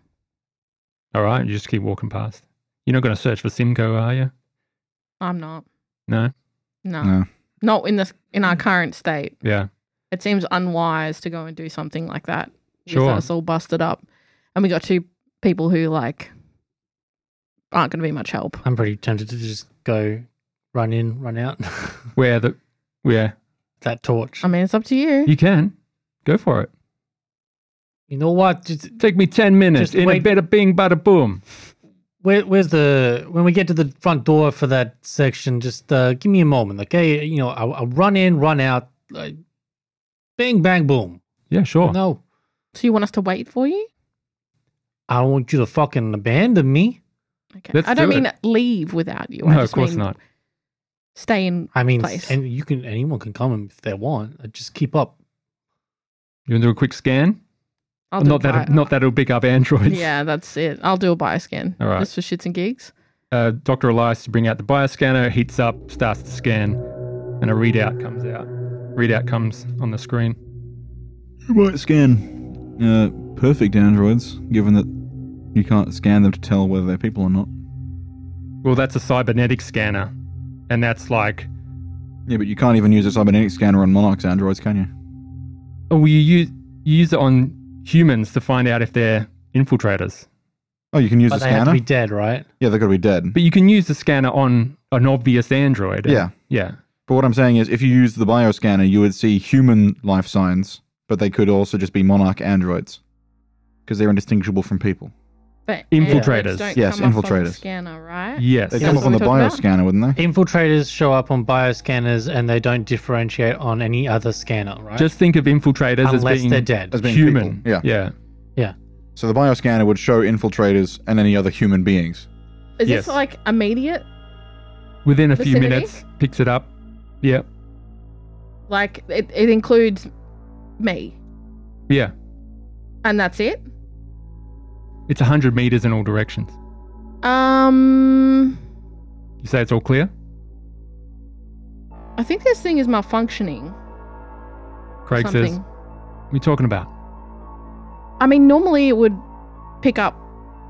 All right, you just keep walking past. You're not going to search for Simcoe, are you?
I'm not.
No.
No.
No.
Not in this in our current state.
Yeah.
It seems unwise to go and do something like that. with
Sure.
us all busted up. And we got two people who like aren't gonna be much help.
I'm pretty tempted to just go run in, run out.
Where the where
that torch.
I mean it's up to you.
you can go for it.
you know what? Just,
Take me ten minutes
Just
in a
wait-
bit of bing, bada boom.
where, where's the when we get to the front door for that section? Just uh, give me a moment, okay? You know, I'll, I'll run in, run out, like, bang, bang, boom.
Yeah, sure.
No,
so you want us to wait for you?
I don't want you to fucking abandon me.
Okay.
Let's
I don't
do
mean leave without you.
No,
I
of
just
course
mean
not.
Stay in
I mean,
Place.
and you can anyone can come if they want. Uh, Just keep up.
You want to do a quick scan?
I'll do
not
a
that
bio-
not that it'll pick up androids.
Yeah, that's it. I'll do a bioscan.
All right.
Just for shits and gigs.
Uh, Dr. Elias to bring out the bioscanner, heats up, starts to scan, and a readout comes out. Readout comes on the screen.
Right, scan. Uh, perfect androids, given that you can't scan them to tell whether they're people or not.
Well, that's a cybernetic scanner, and that's like
Yeah, but you can't even use a cybernetic scanner on Monarch's androids, can you?
oh, well, you use you use it on humans to find out if they're infiltrators.
Oh, you can use
But
a
they have to
scanner?
be dead, right?
yeah, they've got to be dead.
But you can use the scanner on an obvious android.
yeah.
yeah.
But what I'm saying is, if you used the bioscanner, you would see human life signs, but they could also just be monarch androids because they're indistinguishable from people.
But
Infiltrators.
androids don't
Yes,
come up on the
infiltrators.
scanner, right?
Yes.
They
Yeah,
come up
that's
on the
what we're talking
bioscanner, wouldn't they?
Infiltrators show up on bioscanners and they don't differentiate on any other scanner, right?
Just think of infiltrators
unless
as being
they're dead.
As being
human.
people. Yeah.
Yeah.
So the bioscanner would show infiltrators and any other human beings.
Is
Yes.
this like immediate?
Within a few
Vicinity?
minutes, picks it up. Yeah.
Like it, it includes me,
Yeah.
and that's it.
It's 100 meters in all directions.
Um,
You say it's all clear?
I think this thing is malfunctioning.
Craig
something.
says, What are you talking about?
I mean, normally it would pick up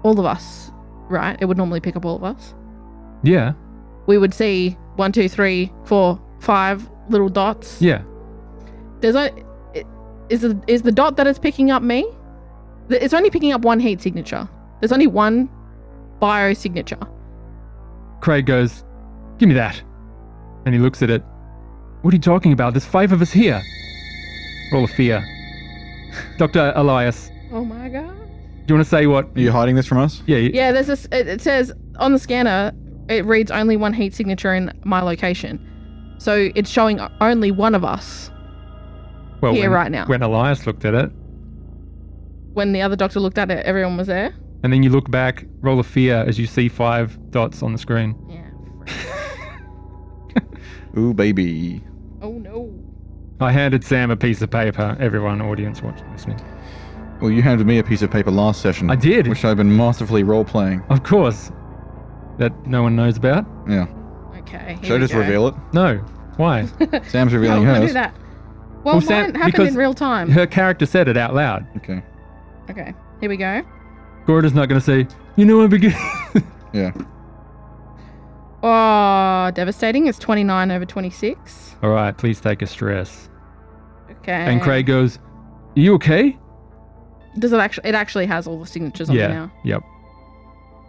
all of us, right? It would normally pick up all of us.
Yeah.
We would see one, two, three, four, five little dots.
Yeah.
There's a, i- is the is the dot that it's picking up me? Th- It's only picking up one heat signature. There's only one bio signature.
Craig goes, Give me that. And he looks at it. What are you talking about? There's five of us here. Roll of fear. Dr. Elias,
Oh my god.
do you want to say what?
Are you hiding this from us?
Yeah. yeah.
Yeah, there's this. It, it says on the scanner, it reads only one heat signature in my location, so it's showing o- only one of us.
Well,
here
when,
right now.
When Elias looked at it,
When the other doctor looked at it, everyone was there.
and then you look back, roll of fear as you see five dots on the screen.
Yeah.
Ooh, baby.
oh no.
I handed Sam a piece of paper, everyone, audience watching, listening.
Well, you handed me a piece of paper last session.
I did.
Which I've been masterfully role playing.
Of course. That no one knows about?
Yeah.
Okay. here
Should I
we
just
go.
reveal it?
No. Why?
Sam's
No,
revealing
I'm gonna do
hers.
that. Oh, Well,
Well,
mine
Sam-
happened
because-
in real time.
Her character said it out loud.
Okay.
Okay, here we go.
Gordon's not going to say, you know, I'm beginning.
Yeah.
Oh, devastating. It's 29 over 26.
All right, please take a stress.
Okay.
And Craig goes, Are you okay?
Does it actually, it actually has all the signatures on
yeah.
it now.
Yep.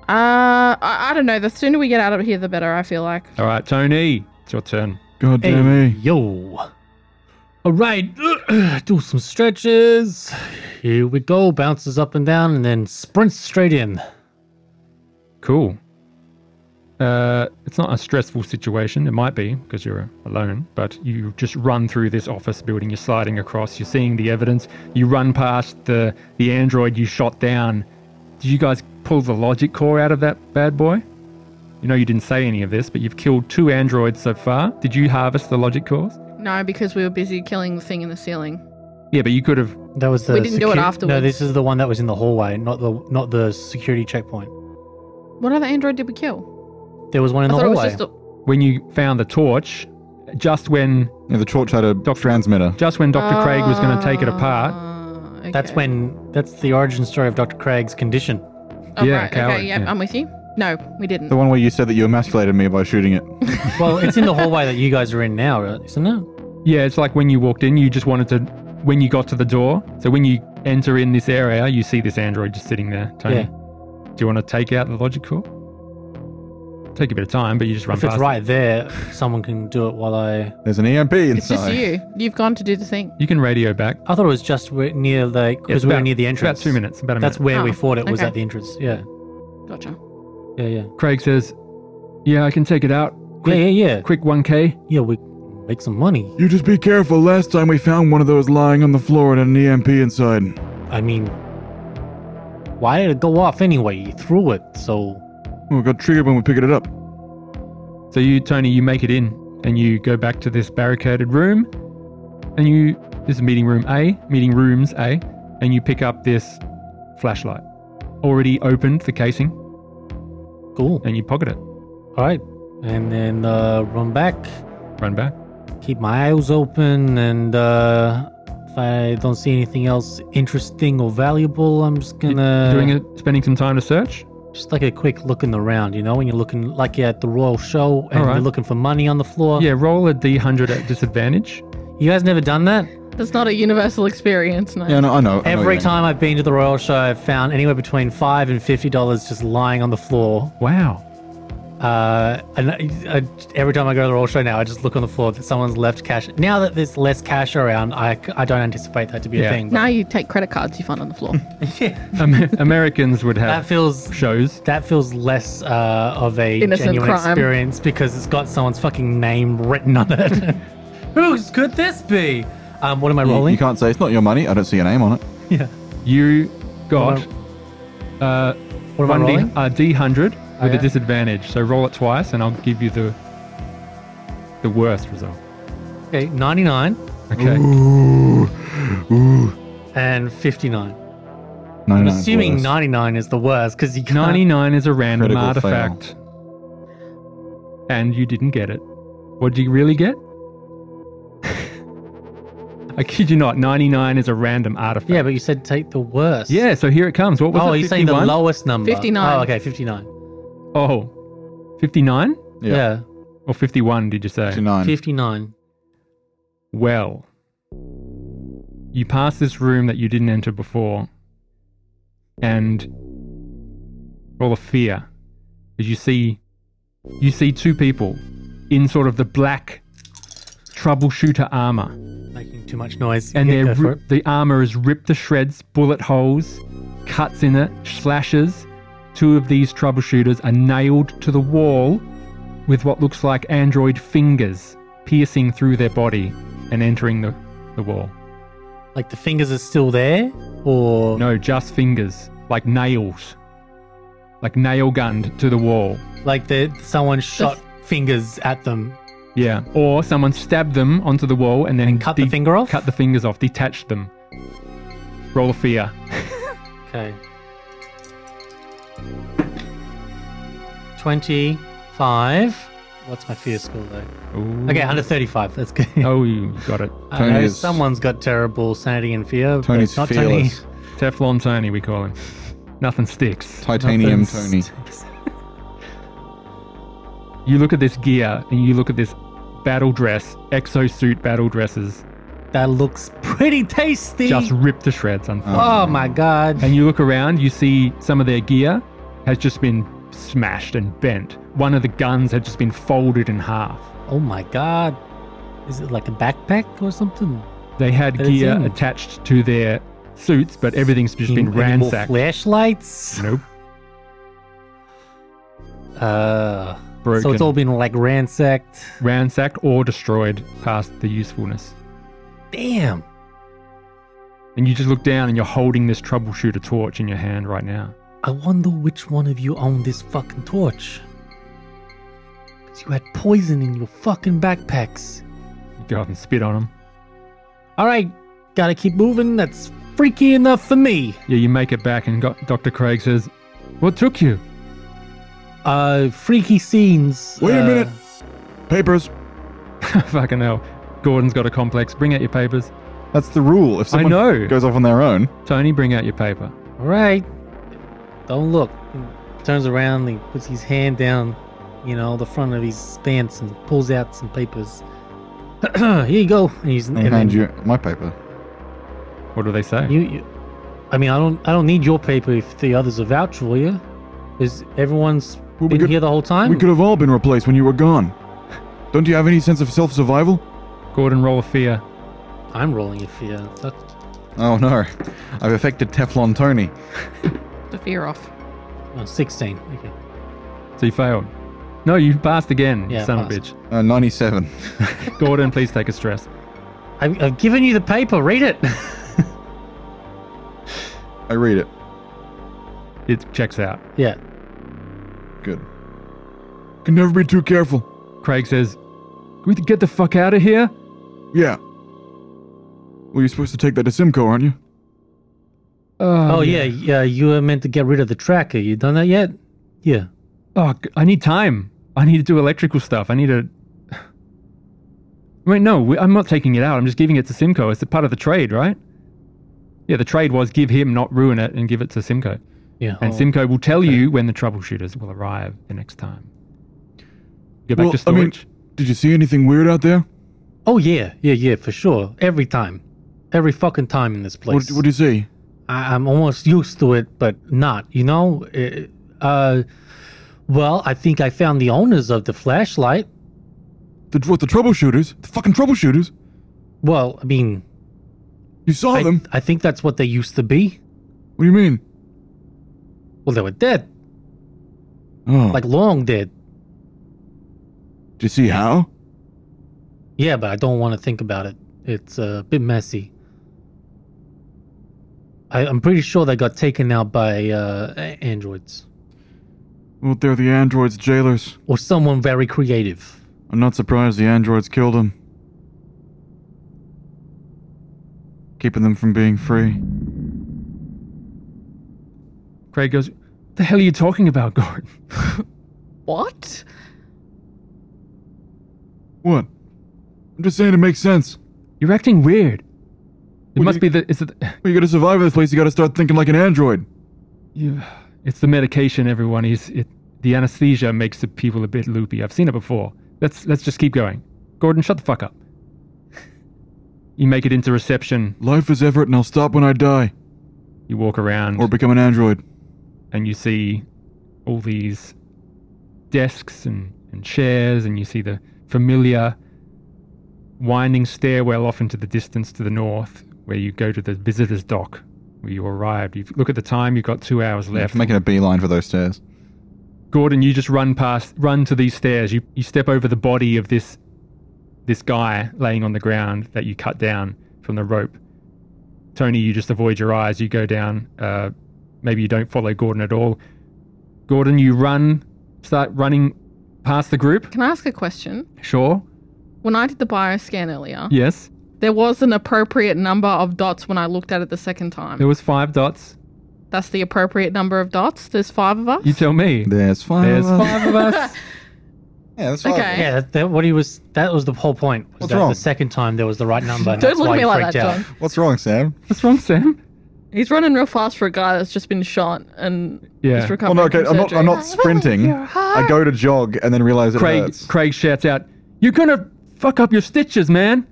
Uh, I, I don't know. The sooner we get out of here, the better, I feel like.
All right, Tony, it's your turn.
God
Hey,
damn me.
yo. All right, do some stretches. Here we go. Bounces up and down and then sprints straight in.
Cool. Uh, it's not a stressful situation. It might be because you're alone, but you just run through this office building. You're sliding across. You're seeing the evidence. You run past the the android you shot down. Did you guys pull the logic core out of that bad boy? You know you didn't say any of this, but you've killed two androids so far. Did you harvest the logic cores?
No, because we were busy killing the thing in the ceiling.
Yeah, but you could have.
That was the
We didn't do it afterwards.
No, this is the one that was in the hallway, not the not the security checkpoint.
What other android did we kill?
There was one in
I
the
thought it was
hallway.
just a,
when you found the torch, just when
Yeah, the torch had a
Doctor-
transmitter.
just when Dr. Craig was going to take it apart,
Ah, okay.
That's when that's the origin story of Dr. Craig's condition.
Oh,
Yeah,
right,
coward,
okay, yeah,
yeah.
I'm with you. No, we didn't.
The one where you said that you emasculated me by shooting it.
Well, it's in the hallway that you guys are in now, right? isn't it?
yeah, it's like when you walked in, you just wanted to. When you got to the door, so when you enter in this area, you see this android just sitting there. Tony,
Yeah.
do you want to take out the logic core? Take a bit of time, but you just run
If
past.
it's
it.
right there, someone can do it while I.
There's an EMP inside.
it's just you. You've gone to do the thing.
You can radio back.
I thought it was just we- near the
Yeah, it's
because we were
about-
near the
it's
entrance.
About two minutes. About a
That's
minute.
where we
Ah,
fought. It was
okay.
at the entrance. Yeah,
Gotcha.
yeah, yeah,
Craig says, "Yeah, I can take it out.
yeah,
Quick,
yeah, yeah.
quick, one k."
Yeah, we make some money.
You just be careful. Last time we found one of those lying on the floor and had an EMP inside.
I mean, why did it go off anyway? You threw it, so
Oh, it got triggered when we picked it up.
So you, Tony, you make it in and you go back to this barricaded room and you this is meeting room A, meeting rooms A, and you pick up this flashlight. Already opened the casing
cool.
and you pocket it.
All right, and then uh, run back.
Run back.
Keep my eyes open, and uh, if I don't see anything else interesting or valuable, I'm just
You
gonna
Doing it spending some time to search?
Just like a quick look in the round, you know, when you're looking like you're at the royal show and
All right.
you're looking for money on the floor.
Yeah, roll a D hundred at disadvantage.
You guys never done that?
That's not a universal experience, no.
Yeah, no, I know. I know
Every
you mean.
time I've been to the Royal Show, I've found anywhere between five and fifty dollars just lying on the floor.
Wow.
Uh, and I, I- every time I go to the Royal Show now, I just look on the floor that someone's left cash. Now that there's less cash around, I, c- I don't anticipate that to be
Yeah.
a thing. but
Now you take credit cards you find on the floor.
Am- Americans would
that
have
feels
shows.
that feels less uh, of a
Innocent
genuine
crime.
experience because it's got someone's fucking name written on it. Whose could this be? Um, what am I
You-
rolling?
You can't say it's not your money. I don't see your name on it.
yeah.
You got uh
What am I
one D
rolling? Oh,
a D hundred with
yeah?
a disadvantage. So roll it twice and I'll give you the the worst result.
Okay, 99
Okay.
and 59. I'm
99
assuming
worse.
99 is the worst because you can't.
99 is a random
Critical
artifact. And you didn't get it. What did you really get? I kid you not, 99 is a random artifact.
Yeah, but you said take the worst.
Yeah, so here it comes. What was
Oh,
it?
you're saying the
51?
lowest number.
59.
Oh, okay, 59.
Oh, 59
Yeah.
Yeah,
or 51, did you say?
99.
59.
Well, you pass this room that you didn't enter before, and all the fear as you see you see two people in sort of the black troubleshooter armor,
Making too much noise.
and
Yeah,
they're
go for
ri-
it.
the armor is ripped to shreds, bullet holes, cuts in it, slashes. Two of these troubleshooters are nailed to the wall with what looks like android fingers piercing through their body and entering the, the wall.
Like the fingers are still there, or
No, just fingers, like nails, like nail gunned to the wall.
like the, someone shot fingers at them
Yeah, or someone stabbed them onto the wall and then
and cut the
de-
finger off?
cut the fingers off, detached them. Roll of fear.
Okay. 25. What's my fear score though?
Ooh.
Okay, 135. That's good.
Oh, you got it.
I know
Mm. Tony's-
someone's got terrible sanity and fear. but
Tony's
not
fearless.
Tony.
Teflon Tony, we call him. Nothing sticks.
Titanium Tony.
Nothing's-
You look at this gear and you look at this battle dress, exosuit battle dresses,
That looks pretty tasty.
just ripped to shreds, unfortunately.
oh my god.
And you look around, you see some of their gear has just been smashed and bent. One of the guns had just been folded in half.
Oh my god. Is it like a backpack or something?
They had
But it's
gear
in.
attached to their suits, but everything's just been
Any- any more
ransacked.
Flashlights.
Nope,
Uh.
broken,
So it's all been like ransacked.
ransacked or destroyed past the usefulness.
Damn.
And you just look down and you're holding this troubleshooter torch in your hand right now.
I wonder which one of you owned this fucking torch. Cause you had poison in your fucking backpacks.
You go up and spit on them.
All right, gotta keep moving. That's freaky enough for me.
Yeah, you make it back, and got, Dr. Craig says, What took you?
Uh, freaky scenes.
Wait a
uh,
minute. Papers.
Fucking hell. Gordon's got a complex. Bring out your papers.
That's the rule. If someone
know.
goes off on their own,
Tony, bring out your paper.
All right. Don't look. He turns around and he puts his hand down, you know, the front of his pants and pulls out some papers. Here you go. And he's
I
and then
hand you my paper.
What do they say?
You, you, I mean, I don't, I don't need your paper if the others are vouch for you. Is everyone's
Well, we
been
could-
here the whole time?
We could have all been replaced when you were gone. Don't you have any sense of self survival?
Gordon, roll a fear.
I'm rolling a fear. That,
Oh no. I've affected Teflon Tony.
The fear off.
oh, Sixteen. Okay.
So you failed. No, you passed again, you
Yeah,
son
passed.
of
Uh, 97.
a bitch. Gordon, please take a stress.
I've, I've given you the paper. Read it.
I read it.
It checks out.
yeah.
Good. Can never be too careful.
Craig says, Can we get the fuck out of here?
Yeah. Well, you're supposed to take that to Simcoe, aren't you?
Oh, yeah. yeah. You were meant to get rid of the tracker. You done that yet? Yeah.
Oh, g- I need time. I need to do electrical stuff. I need to. Wait, no, we- I'm not taking it out. I'm just giving it to Simco. It's a part of the trade, right? Yeah, the trade was give him, not ruin it, and give it to Simco.
Yeah.
And
oh,
Simco will tell you when the troubleshooters will arrive the next time. Go back
Well,
to
I
storage.
mean- Did you see anything weird out there?
oh yeah. Yeah. Yeah. For sure. Every time. Every fucking time in this
What,
place.
what do you see?
I, I'm almost used to it, but not, you know? It- Uh, well, I think I found the owners of the flashlight.
The, what, the troubleshooters? The fucking troubleshooters?
Well, I mean,
You saw
I,
them?
I think that's what they used to be.
What do you mean?
Well, they were dead,
Oh.
like long dead.
did you see how?
Yeah, but I don't want to think about it. It's uh, a bit messy. I, I'm pretty sure they got taken out by uh, a- androids
Well, they're the androids' jailers.
or someone very creative.
I'm not surprised the androids killed them. Keeping them from being free.
Craig goes, "The hell are you talking about, Gordon?"
What?
What? I'm just saying it makes sense.
You're acting weird. It
What
must
do
be the it's the
Well, you gotta survive in this place, you gotta start thinking like an android.
you, it's the medication. Everyone, he's it, the anesthesia makes the people a bit loopy. I've seen it before. Let's let's just keep going. Gordon, shut the fuck up. You make it into reception.
Life is effort and I'll stop when I die.
You walk around
Or become an android.
and you see all these desks and, and chairs, and you see the familiar winding stairwell off into the distance to the north, where you go to the visitor's dock where you arrived. You look at the time; you've got two hours left.
making a beeline for those stairs.
Gordon, you just run past, run to these stairs. You you step over the body of this this guy laying on the ground that you cut down from the rope. Tony, you just avoid your eyes. You go down. Uh, maybe you don't follow Gordon at all. Gordon, you run, start running past the group.
Can I ask a question?
Sure.
When I did the bioscan earlier,
Yes.
there was an appropriate number of dots when I looked at it the second time.
There was five dots.
That's the appropriate number of dots. There's five of us.
You tell me.
There's five.
There's
of us.
five of us.
Yeah, that's fine.
Okay.
Yeah, that, that what he was. That was the whole point. Was
What's
that
wrong?
The second time there was the right number. and
Don't
that's
look
why
at me
he
like that,
freaked out.
John.
What's wrong, Sam?
What's wrong, Sam?
He's running real fast for a guy that's just been shot and
Yeah.
just
Well,
recovering
no, okay.
from
I'm not. I'm
surgery.
not sprinting. I go to jog and then realize it
Craig
hurts.
Craig shouts out, "You're gonna fuck up your stitches, man."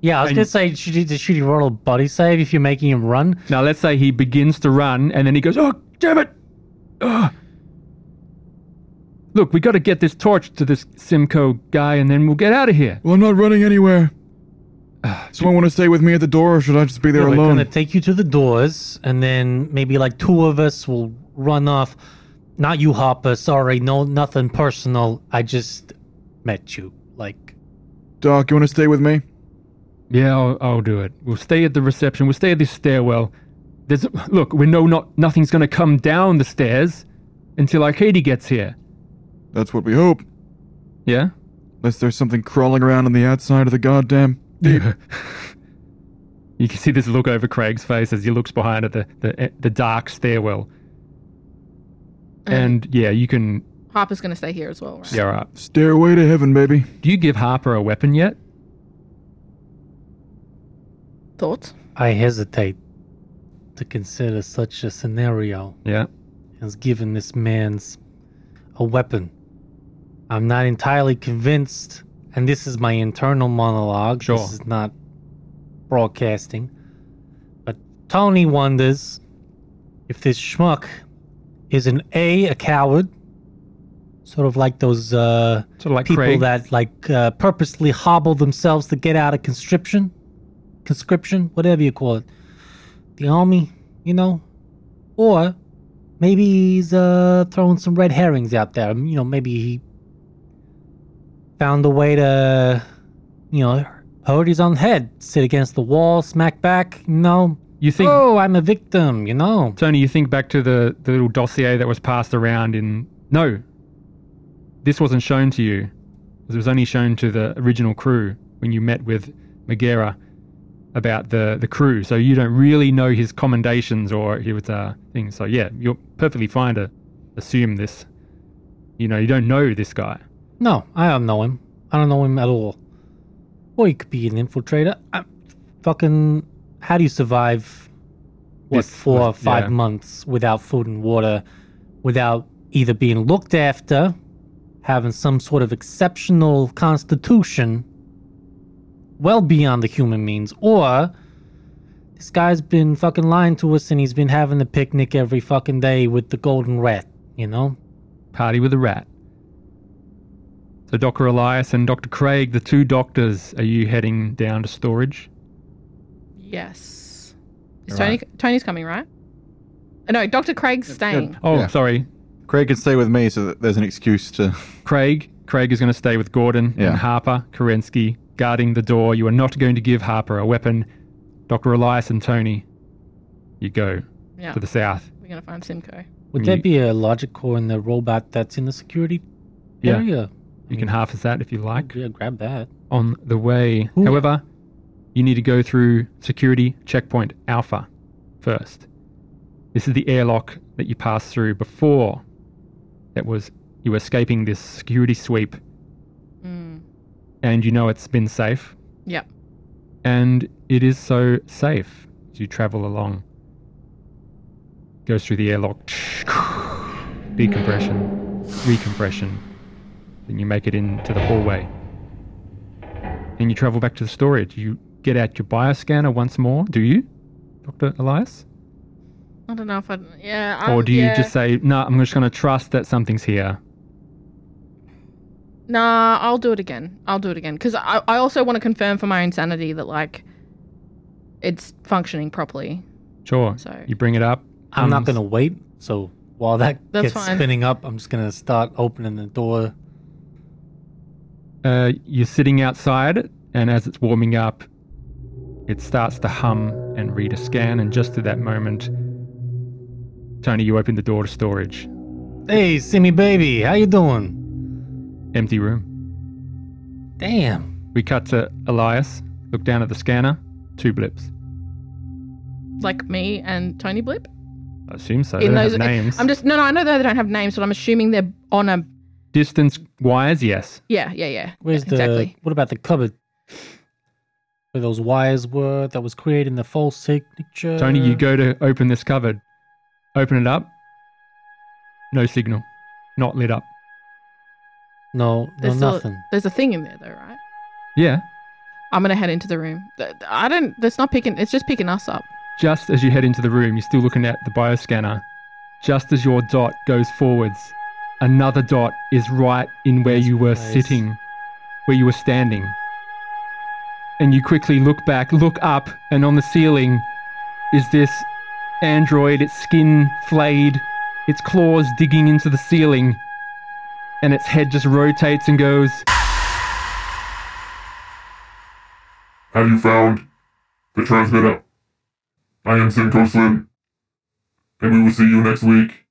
Yeah, I was gonna say, should he, should he roll a body save if you're making him run?
Now let's say he begins to run and then he goes, "Oh, damn it!" Ugh. Look, we got to get this torch to this Simcoe guy, and then we'll get out of here.
Well, I'm not running anywhere. Someone want to stay with me at the door, or should I just be there
We're
alone?
gonna take you to the doors, and then maybe like two of us will run off. Not you, Hopper. Sorry, no, nothing personal. I just met you. Like,
Doc, you want to stay with me?
Yeah, I'll, I'll do it. We'll stay at the reception. We'll stay at this stairwell. There's look, we know not nothing's gonna come down the stairs until Arcady gets here.
That's what we hope.
Yeah.
Unless there's something crawling around on the outside of the goddamn.
You can see this look over Craig's face as he looks behind at the the, eh, the dark stairwell.
Mm.
And yeah, you can.
Harper's gonna stay here as well, right?
Yeah, all right.
Stairway to heaven, baby.
Do you give Harper a weapon yet?
Thoughts?
I hesitate to consider such a scenario
Yeah.
as giving this man's a weapon. I'm not entirely convinced, and this is my internal monologue.
Sure.
This is not broadcasting. But Tony wonders if this schmuck is an A, a coward, sort of like those uh,
Sort of like
people
Craig.
that like uh, purposely hobble themselves to get out of conscription, conscription, whatever you call it, the army, you know, or maybe he's uh, throwing some red herrings out there. You know, maybe he found a way to, you know, hurt his own head, sit against the wall, smack back, you know.
you think
oh, I'm a victim, you know.
Tony, you think back to the, the little dossier that was passed around in. No, this wasn't shown to you. It was only shown to the original crew when you met with Megara about the, the crew. So you don't really know his commendations or his uh, things. So yeah, you're perfectly fine to assume this. You know, you don't know this guy.
No, I don't know him. I don't know him at all. Or he could be an infiltrator. i fucking. How do you survive, what,
This-
four or five
yeah.
months without food and water, without either being looked after, having some sort of exceptional constitution, well beyond the human means, or this guy's been fucking lying to us and he's been having a picnic every fucking day with the golden rat, you know?
Party with a rat. So Dr. Elias and Dr. Craig, the two doctors, are you heading down to storage?
Yes. Is Tony
Alright.
Tony's coming, right? Uh, No, Dr. Craig's staying.
Oh,
Yeah.
sorry.
Craig can stay with me, so that there's an excuse to.
Craig. Craig is going to stay with Gordon
Yeah.
and Harper, Kerensky, guarding the door. You are not going to give Harper a weapon. Dr. Elias and Tony, you go
Yeah.
to the south.
We're gonna find Simcoe.
Would there
You-
be a logic core in the robot that's in the security
Yeah.
area?
You can half us that if you like
Yeah, grab that.
on the way.
Ooh.
However, you need to go through security checkpoint Alpha first. This is the airlock that you passed through before. That was you escaping this security sweep,
Mm.
and you know it's been safe.
Yep.
and it is so safe as you travel along. Goes through the airlock, decompression, recompression. Then you make it into the hallway. And you travel back to the storage. You get out your bioscanner once more, do you, Dr. Elias?
I don't know if I. Yeah. Um,
or do you
yeah.
just say, no, I'm just going to trust that something's here?
Nah, I'll do it again. I'll do it again because I, I also want to confirm for my own sanity that like it's functioning properly.
Sure.
So-
You bring it up.
I'm not
comes-
going to wait. So while that
That's
gets
fine.
spinning up, I'm just going to start opening the door.
Uh, you're sitting outside, and as it's warming up, it starts to hum and read a scan. And just at that moment, Tony, you open the door to storage.
Hey, Simi baby, how you doing?
Empty room.
Damn.
We cut to Elias. Look down at the scanner. Two blips.
Like me and Tony Blip.
I assume so.
In
they don't
those-
have names.
I'm just no, no. I know they don't have names, but I'm assuming they're on a
Distance wires, yes.
yeah, yeah, yeah.
Where's the
exactly?
what about the cupboard? Where those wires were that was creating the false signature.
Tony, you go to open this cupboard. Open it up. No signal. Not lit up.
No, no,
There's still-
nothing.
There's a thing in there though, right?
Yeah.
I'm gonna head into the room. Th- th- I don't. That's not picking. It's just picking us up.
Just as you head into the room, you're still looking at the bioscanner. Just as your dot goes forwards, another dot is right in where
Yes,
you were
please.
sitting, where you were standing. And you quickly look back, look up, and on the ceiling is this android, its skin flayed, its claws digging into the ceiling, and its head just rotates and goes,
Have you found the transmitter? I am Simcoe Slim, and we will see you next week.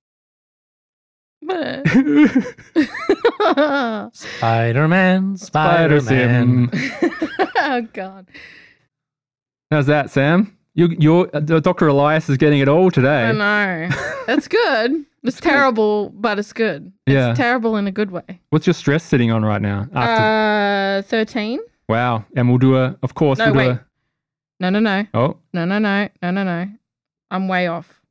oh
Spider Man, Spider
Spider
Man.
Sim.
Oh, God.
How's that, Sam? You, you're, uh, Dr. Elias is getting it all today.
I know. That's good. It's terrible, but it's good.
Yeah.
It's terrible in a good way.
What's your stress sitting on right now? After
Uh, thirteen.
wow, and we'll do a. Of course,
No,
we'll
wait.
do
No, no, no,
a. Oh,
no, no, no, no, no, no. I'm way off.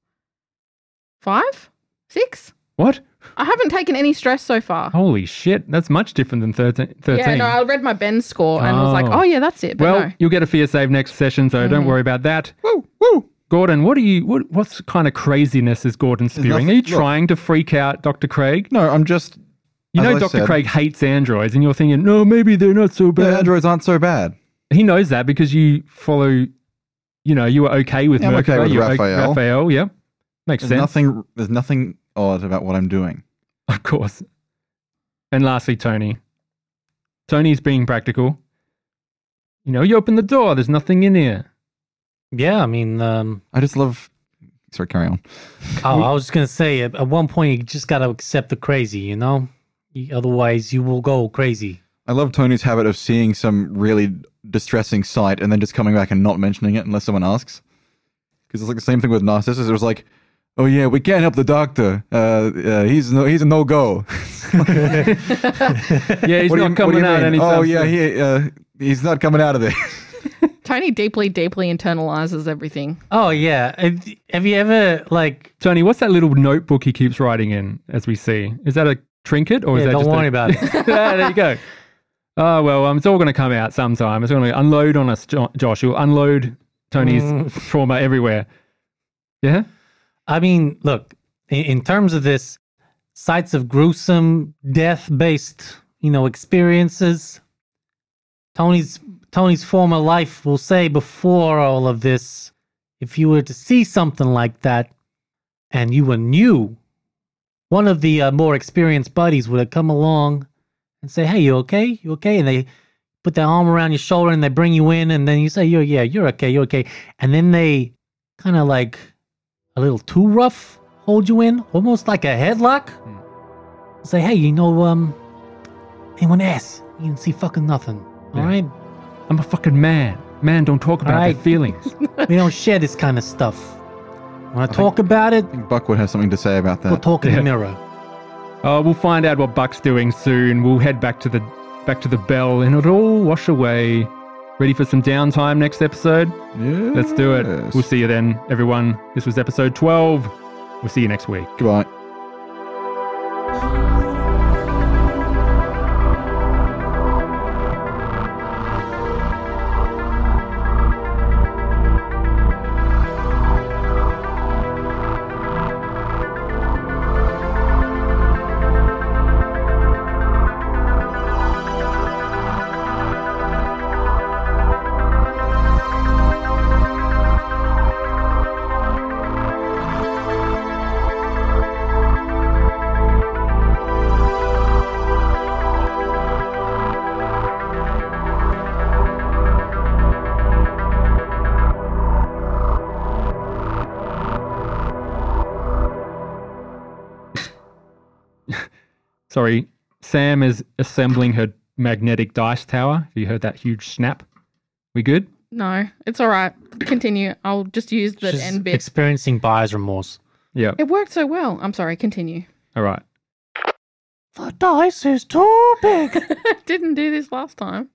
Five, six.
what?
I haven't taken any stress so far.
Holy shit! That's much different than Oh, thirteen. 13.
Yeah, no, I read my Ben score and was like,
Oh.
oh yeah, that's it. But
well,
no.
you'll get a fear save next session, so
Mm.
don't worry about that. Woo, woo. Gordon, what are you? What what's kind of craziness is Gordon spewing?
nothing-
Are you
look.
trying to freak out Dr. Craig?
No, I'm just.
You
As
know
I
Dr.
said-
Craig hates androids, and you're thinking, no, maybe they're not so
The
bad.
androids aren't so bad.
he knows that because you follow. You know, you were okay with
Yeah, I'm okay
Mercury,
with
you were o-
Raphael.
Raphael, yeah, makes
There's
sense.
nothing. There's nothing odd about what I'm doing.
Of course. And lastly, Tony. Tony's being practical. You know, you open the door, there's nothing in here.
Yeah, I mean, um,
I just love. Sorry, carry on.
oh, I was just gonna say, at, at one point, you just gotta accept the crazy, you know. You- Otherwise, you will go crazy.
I love Tony's habit of seeing some really distressing sight and then just coming back and not mentioning it unless someone asks. Because it's like the same thing with narcissists. It was like, oh yeah, we can't help the doctor. Uh, uh, he's no, he's a no go.
Yeah, he's not coming out anytime
Oh yeah,
soon.
he, uh, he's not coming out of there.
Tony deeply, deeply internalizes everything.
Oh yeah, have, have you ever like?
Tony, what's that little notebook he keeps writing in, as we see? Is that a trinket or is
Yeah,
that
don't
just a-
worry about it.
yeah, there you go. Oh, well, um, it's all going to come out sometime. It's going to unload on us, jo- Josh. You'll unload Tony's
Mm.
trauma everywhere. Yeah?
I mean, look, in, in terms of this, sites of gruesome death-based, you know, experiences. Tony's Tony's former life will say before all of this, if you were to see something like that, and you were new, one of the uh, more experienced buddies would have come along and say, "Hey, you okay? You okay?" And they put their arm around your shoulder and they bring you in, and then you say, "You're yeah, you're okay, you're okay," and then they kind of like a little too rough, hold you in, almost like a headlock. Say, hey, you know, um, anyone else? You can see fucking nothing. All
Yeah.
right,
I'm a fucking man. Man, don't talk about
Right.
their feelings.
we don't share this kind of stuff. Want to talk about it?
I think Buckwood has something to say about that.
We'll talk in
Yeah.
the mirror.
Uh, we'll find out what Buck's doing soon. We'll head back to the back to the bell, and it'll all wash away. Ready for some downtime next episode?
Yeah.
Let's do it. We'll see you then, everyone. This was episode twelve. We'll see you next week.
Goodbye.
Sorry, Sam is assembling her magnetic dice tower. Have you heard that huge snap? We good?
No, it's all right. Continue. I'll just use the
She's
end bit.
experiencing buyer's remorse.
Yeah.
It worked so well. I'm sorry, continue.
All right.
The dice is too big.
Didn't do this last time.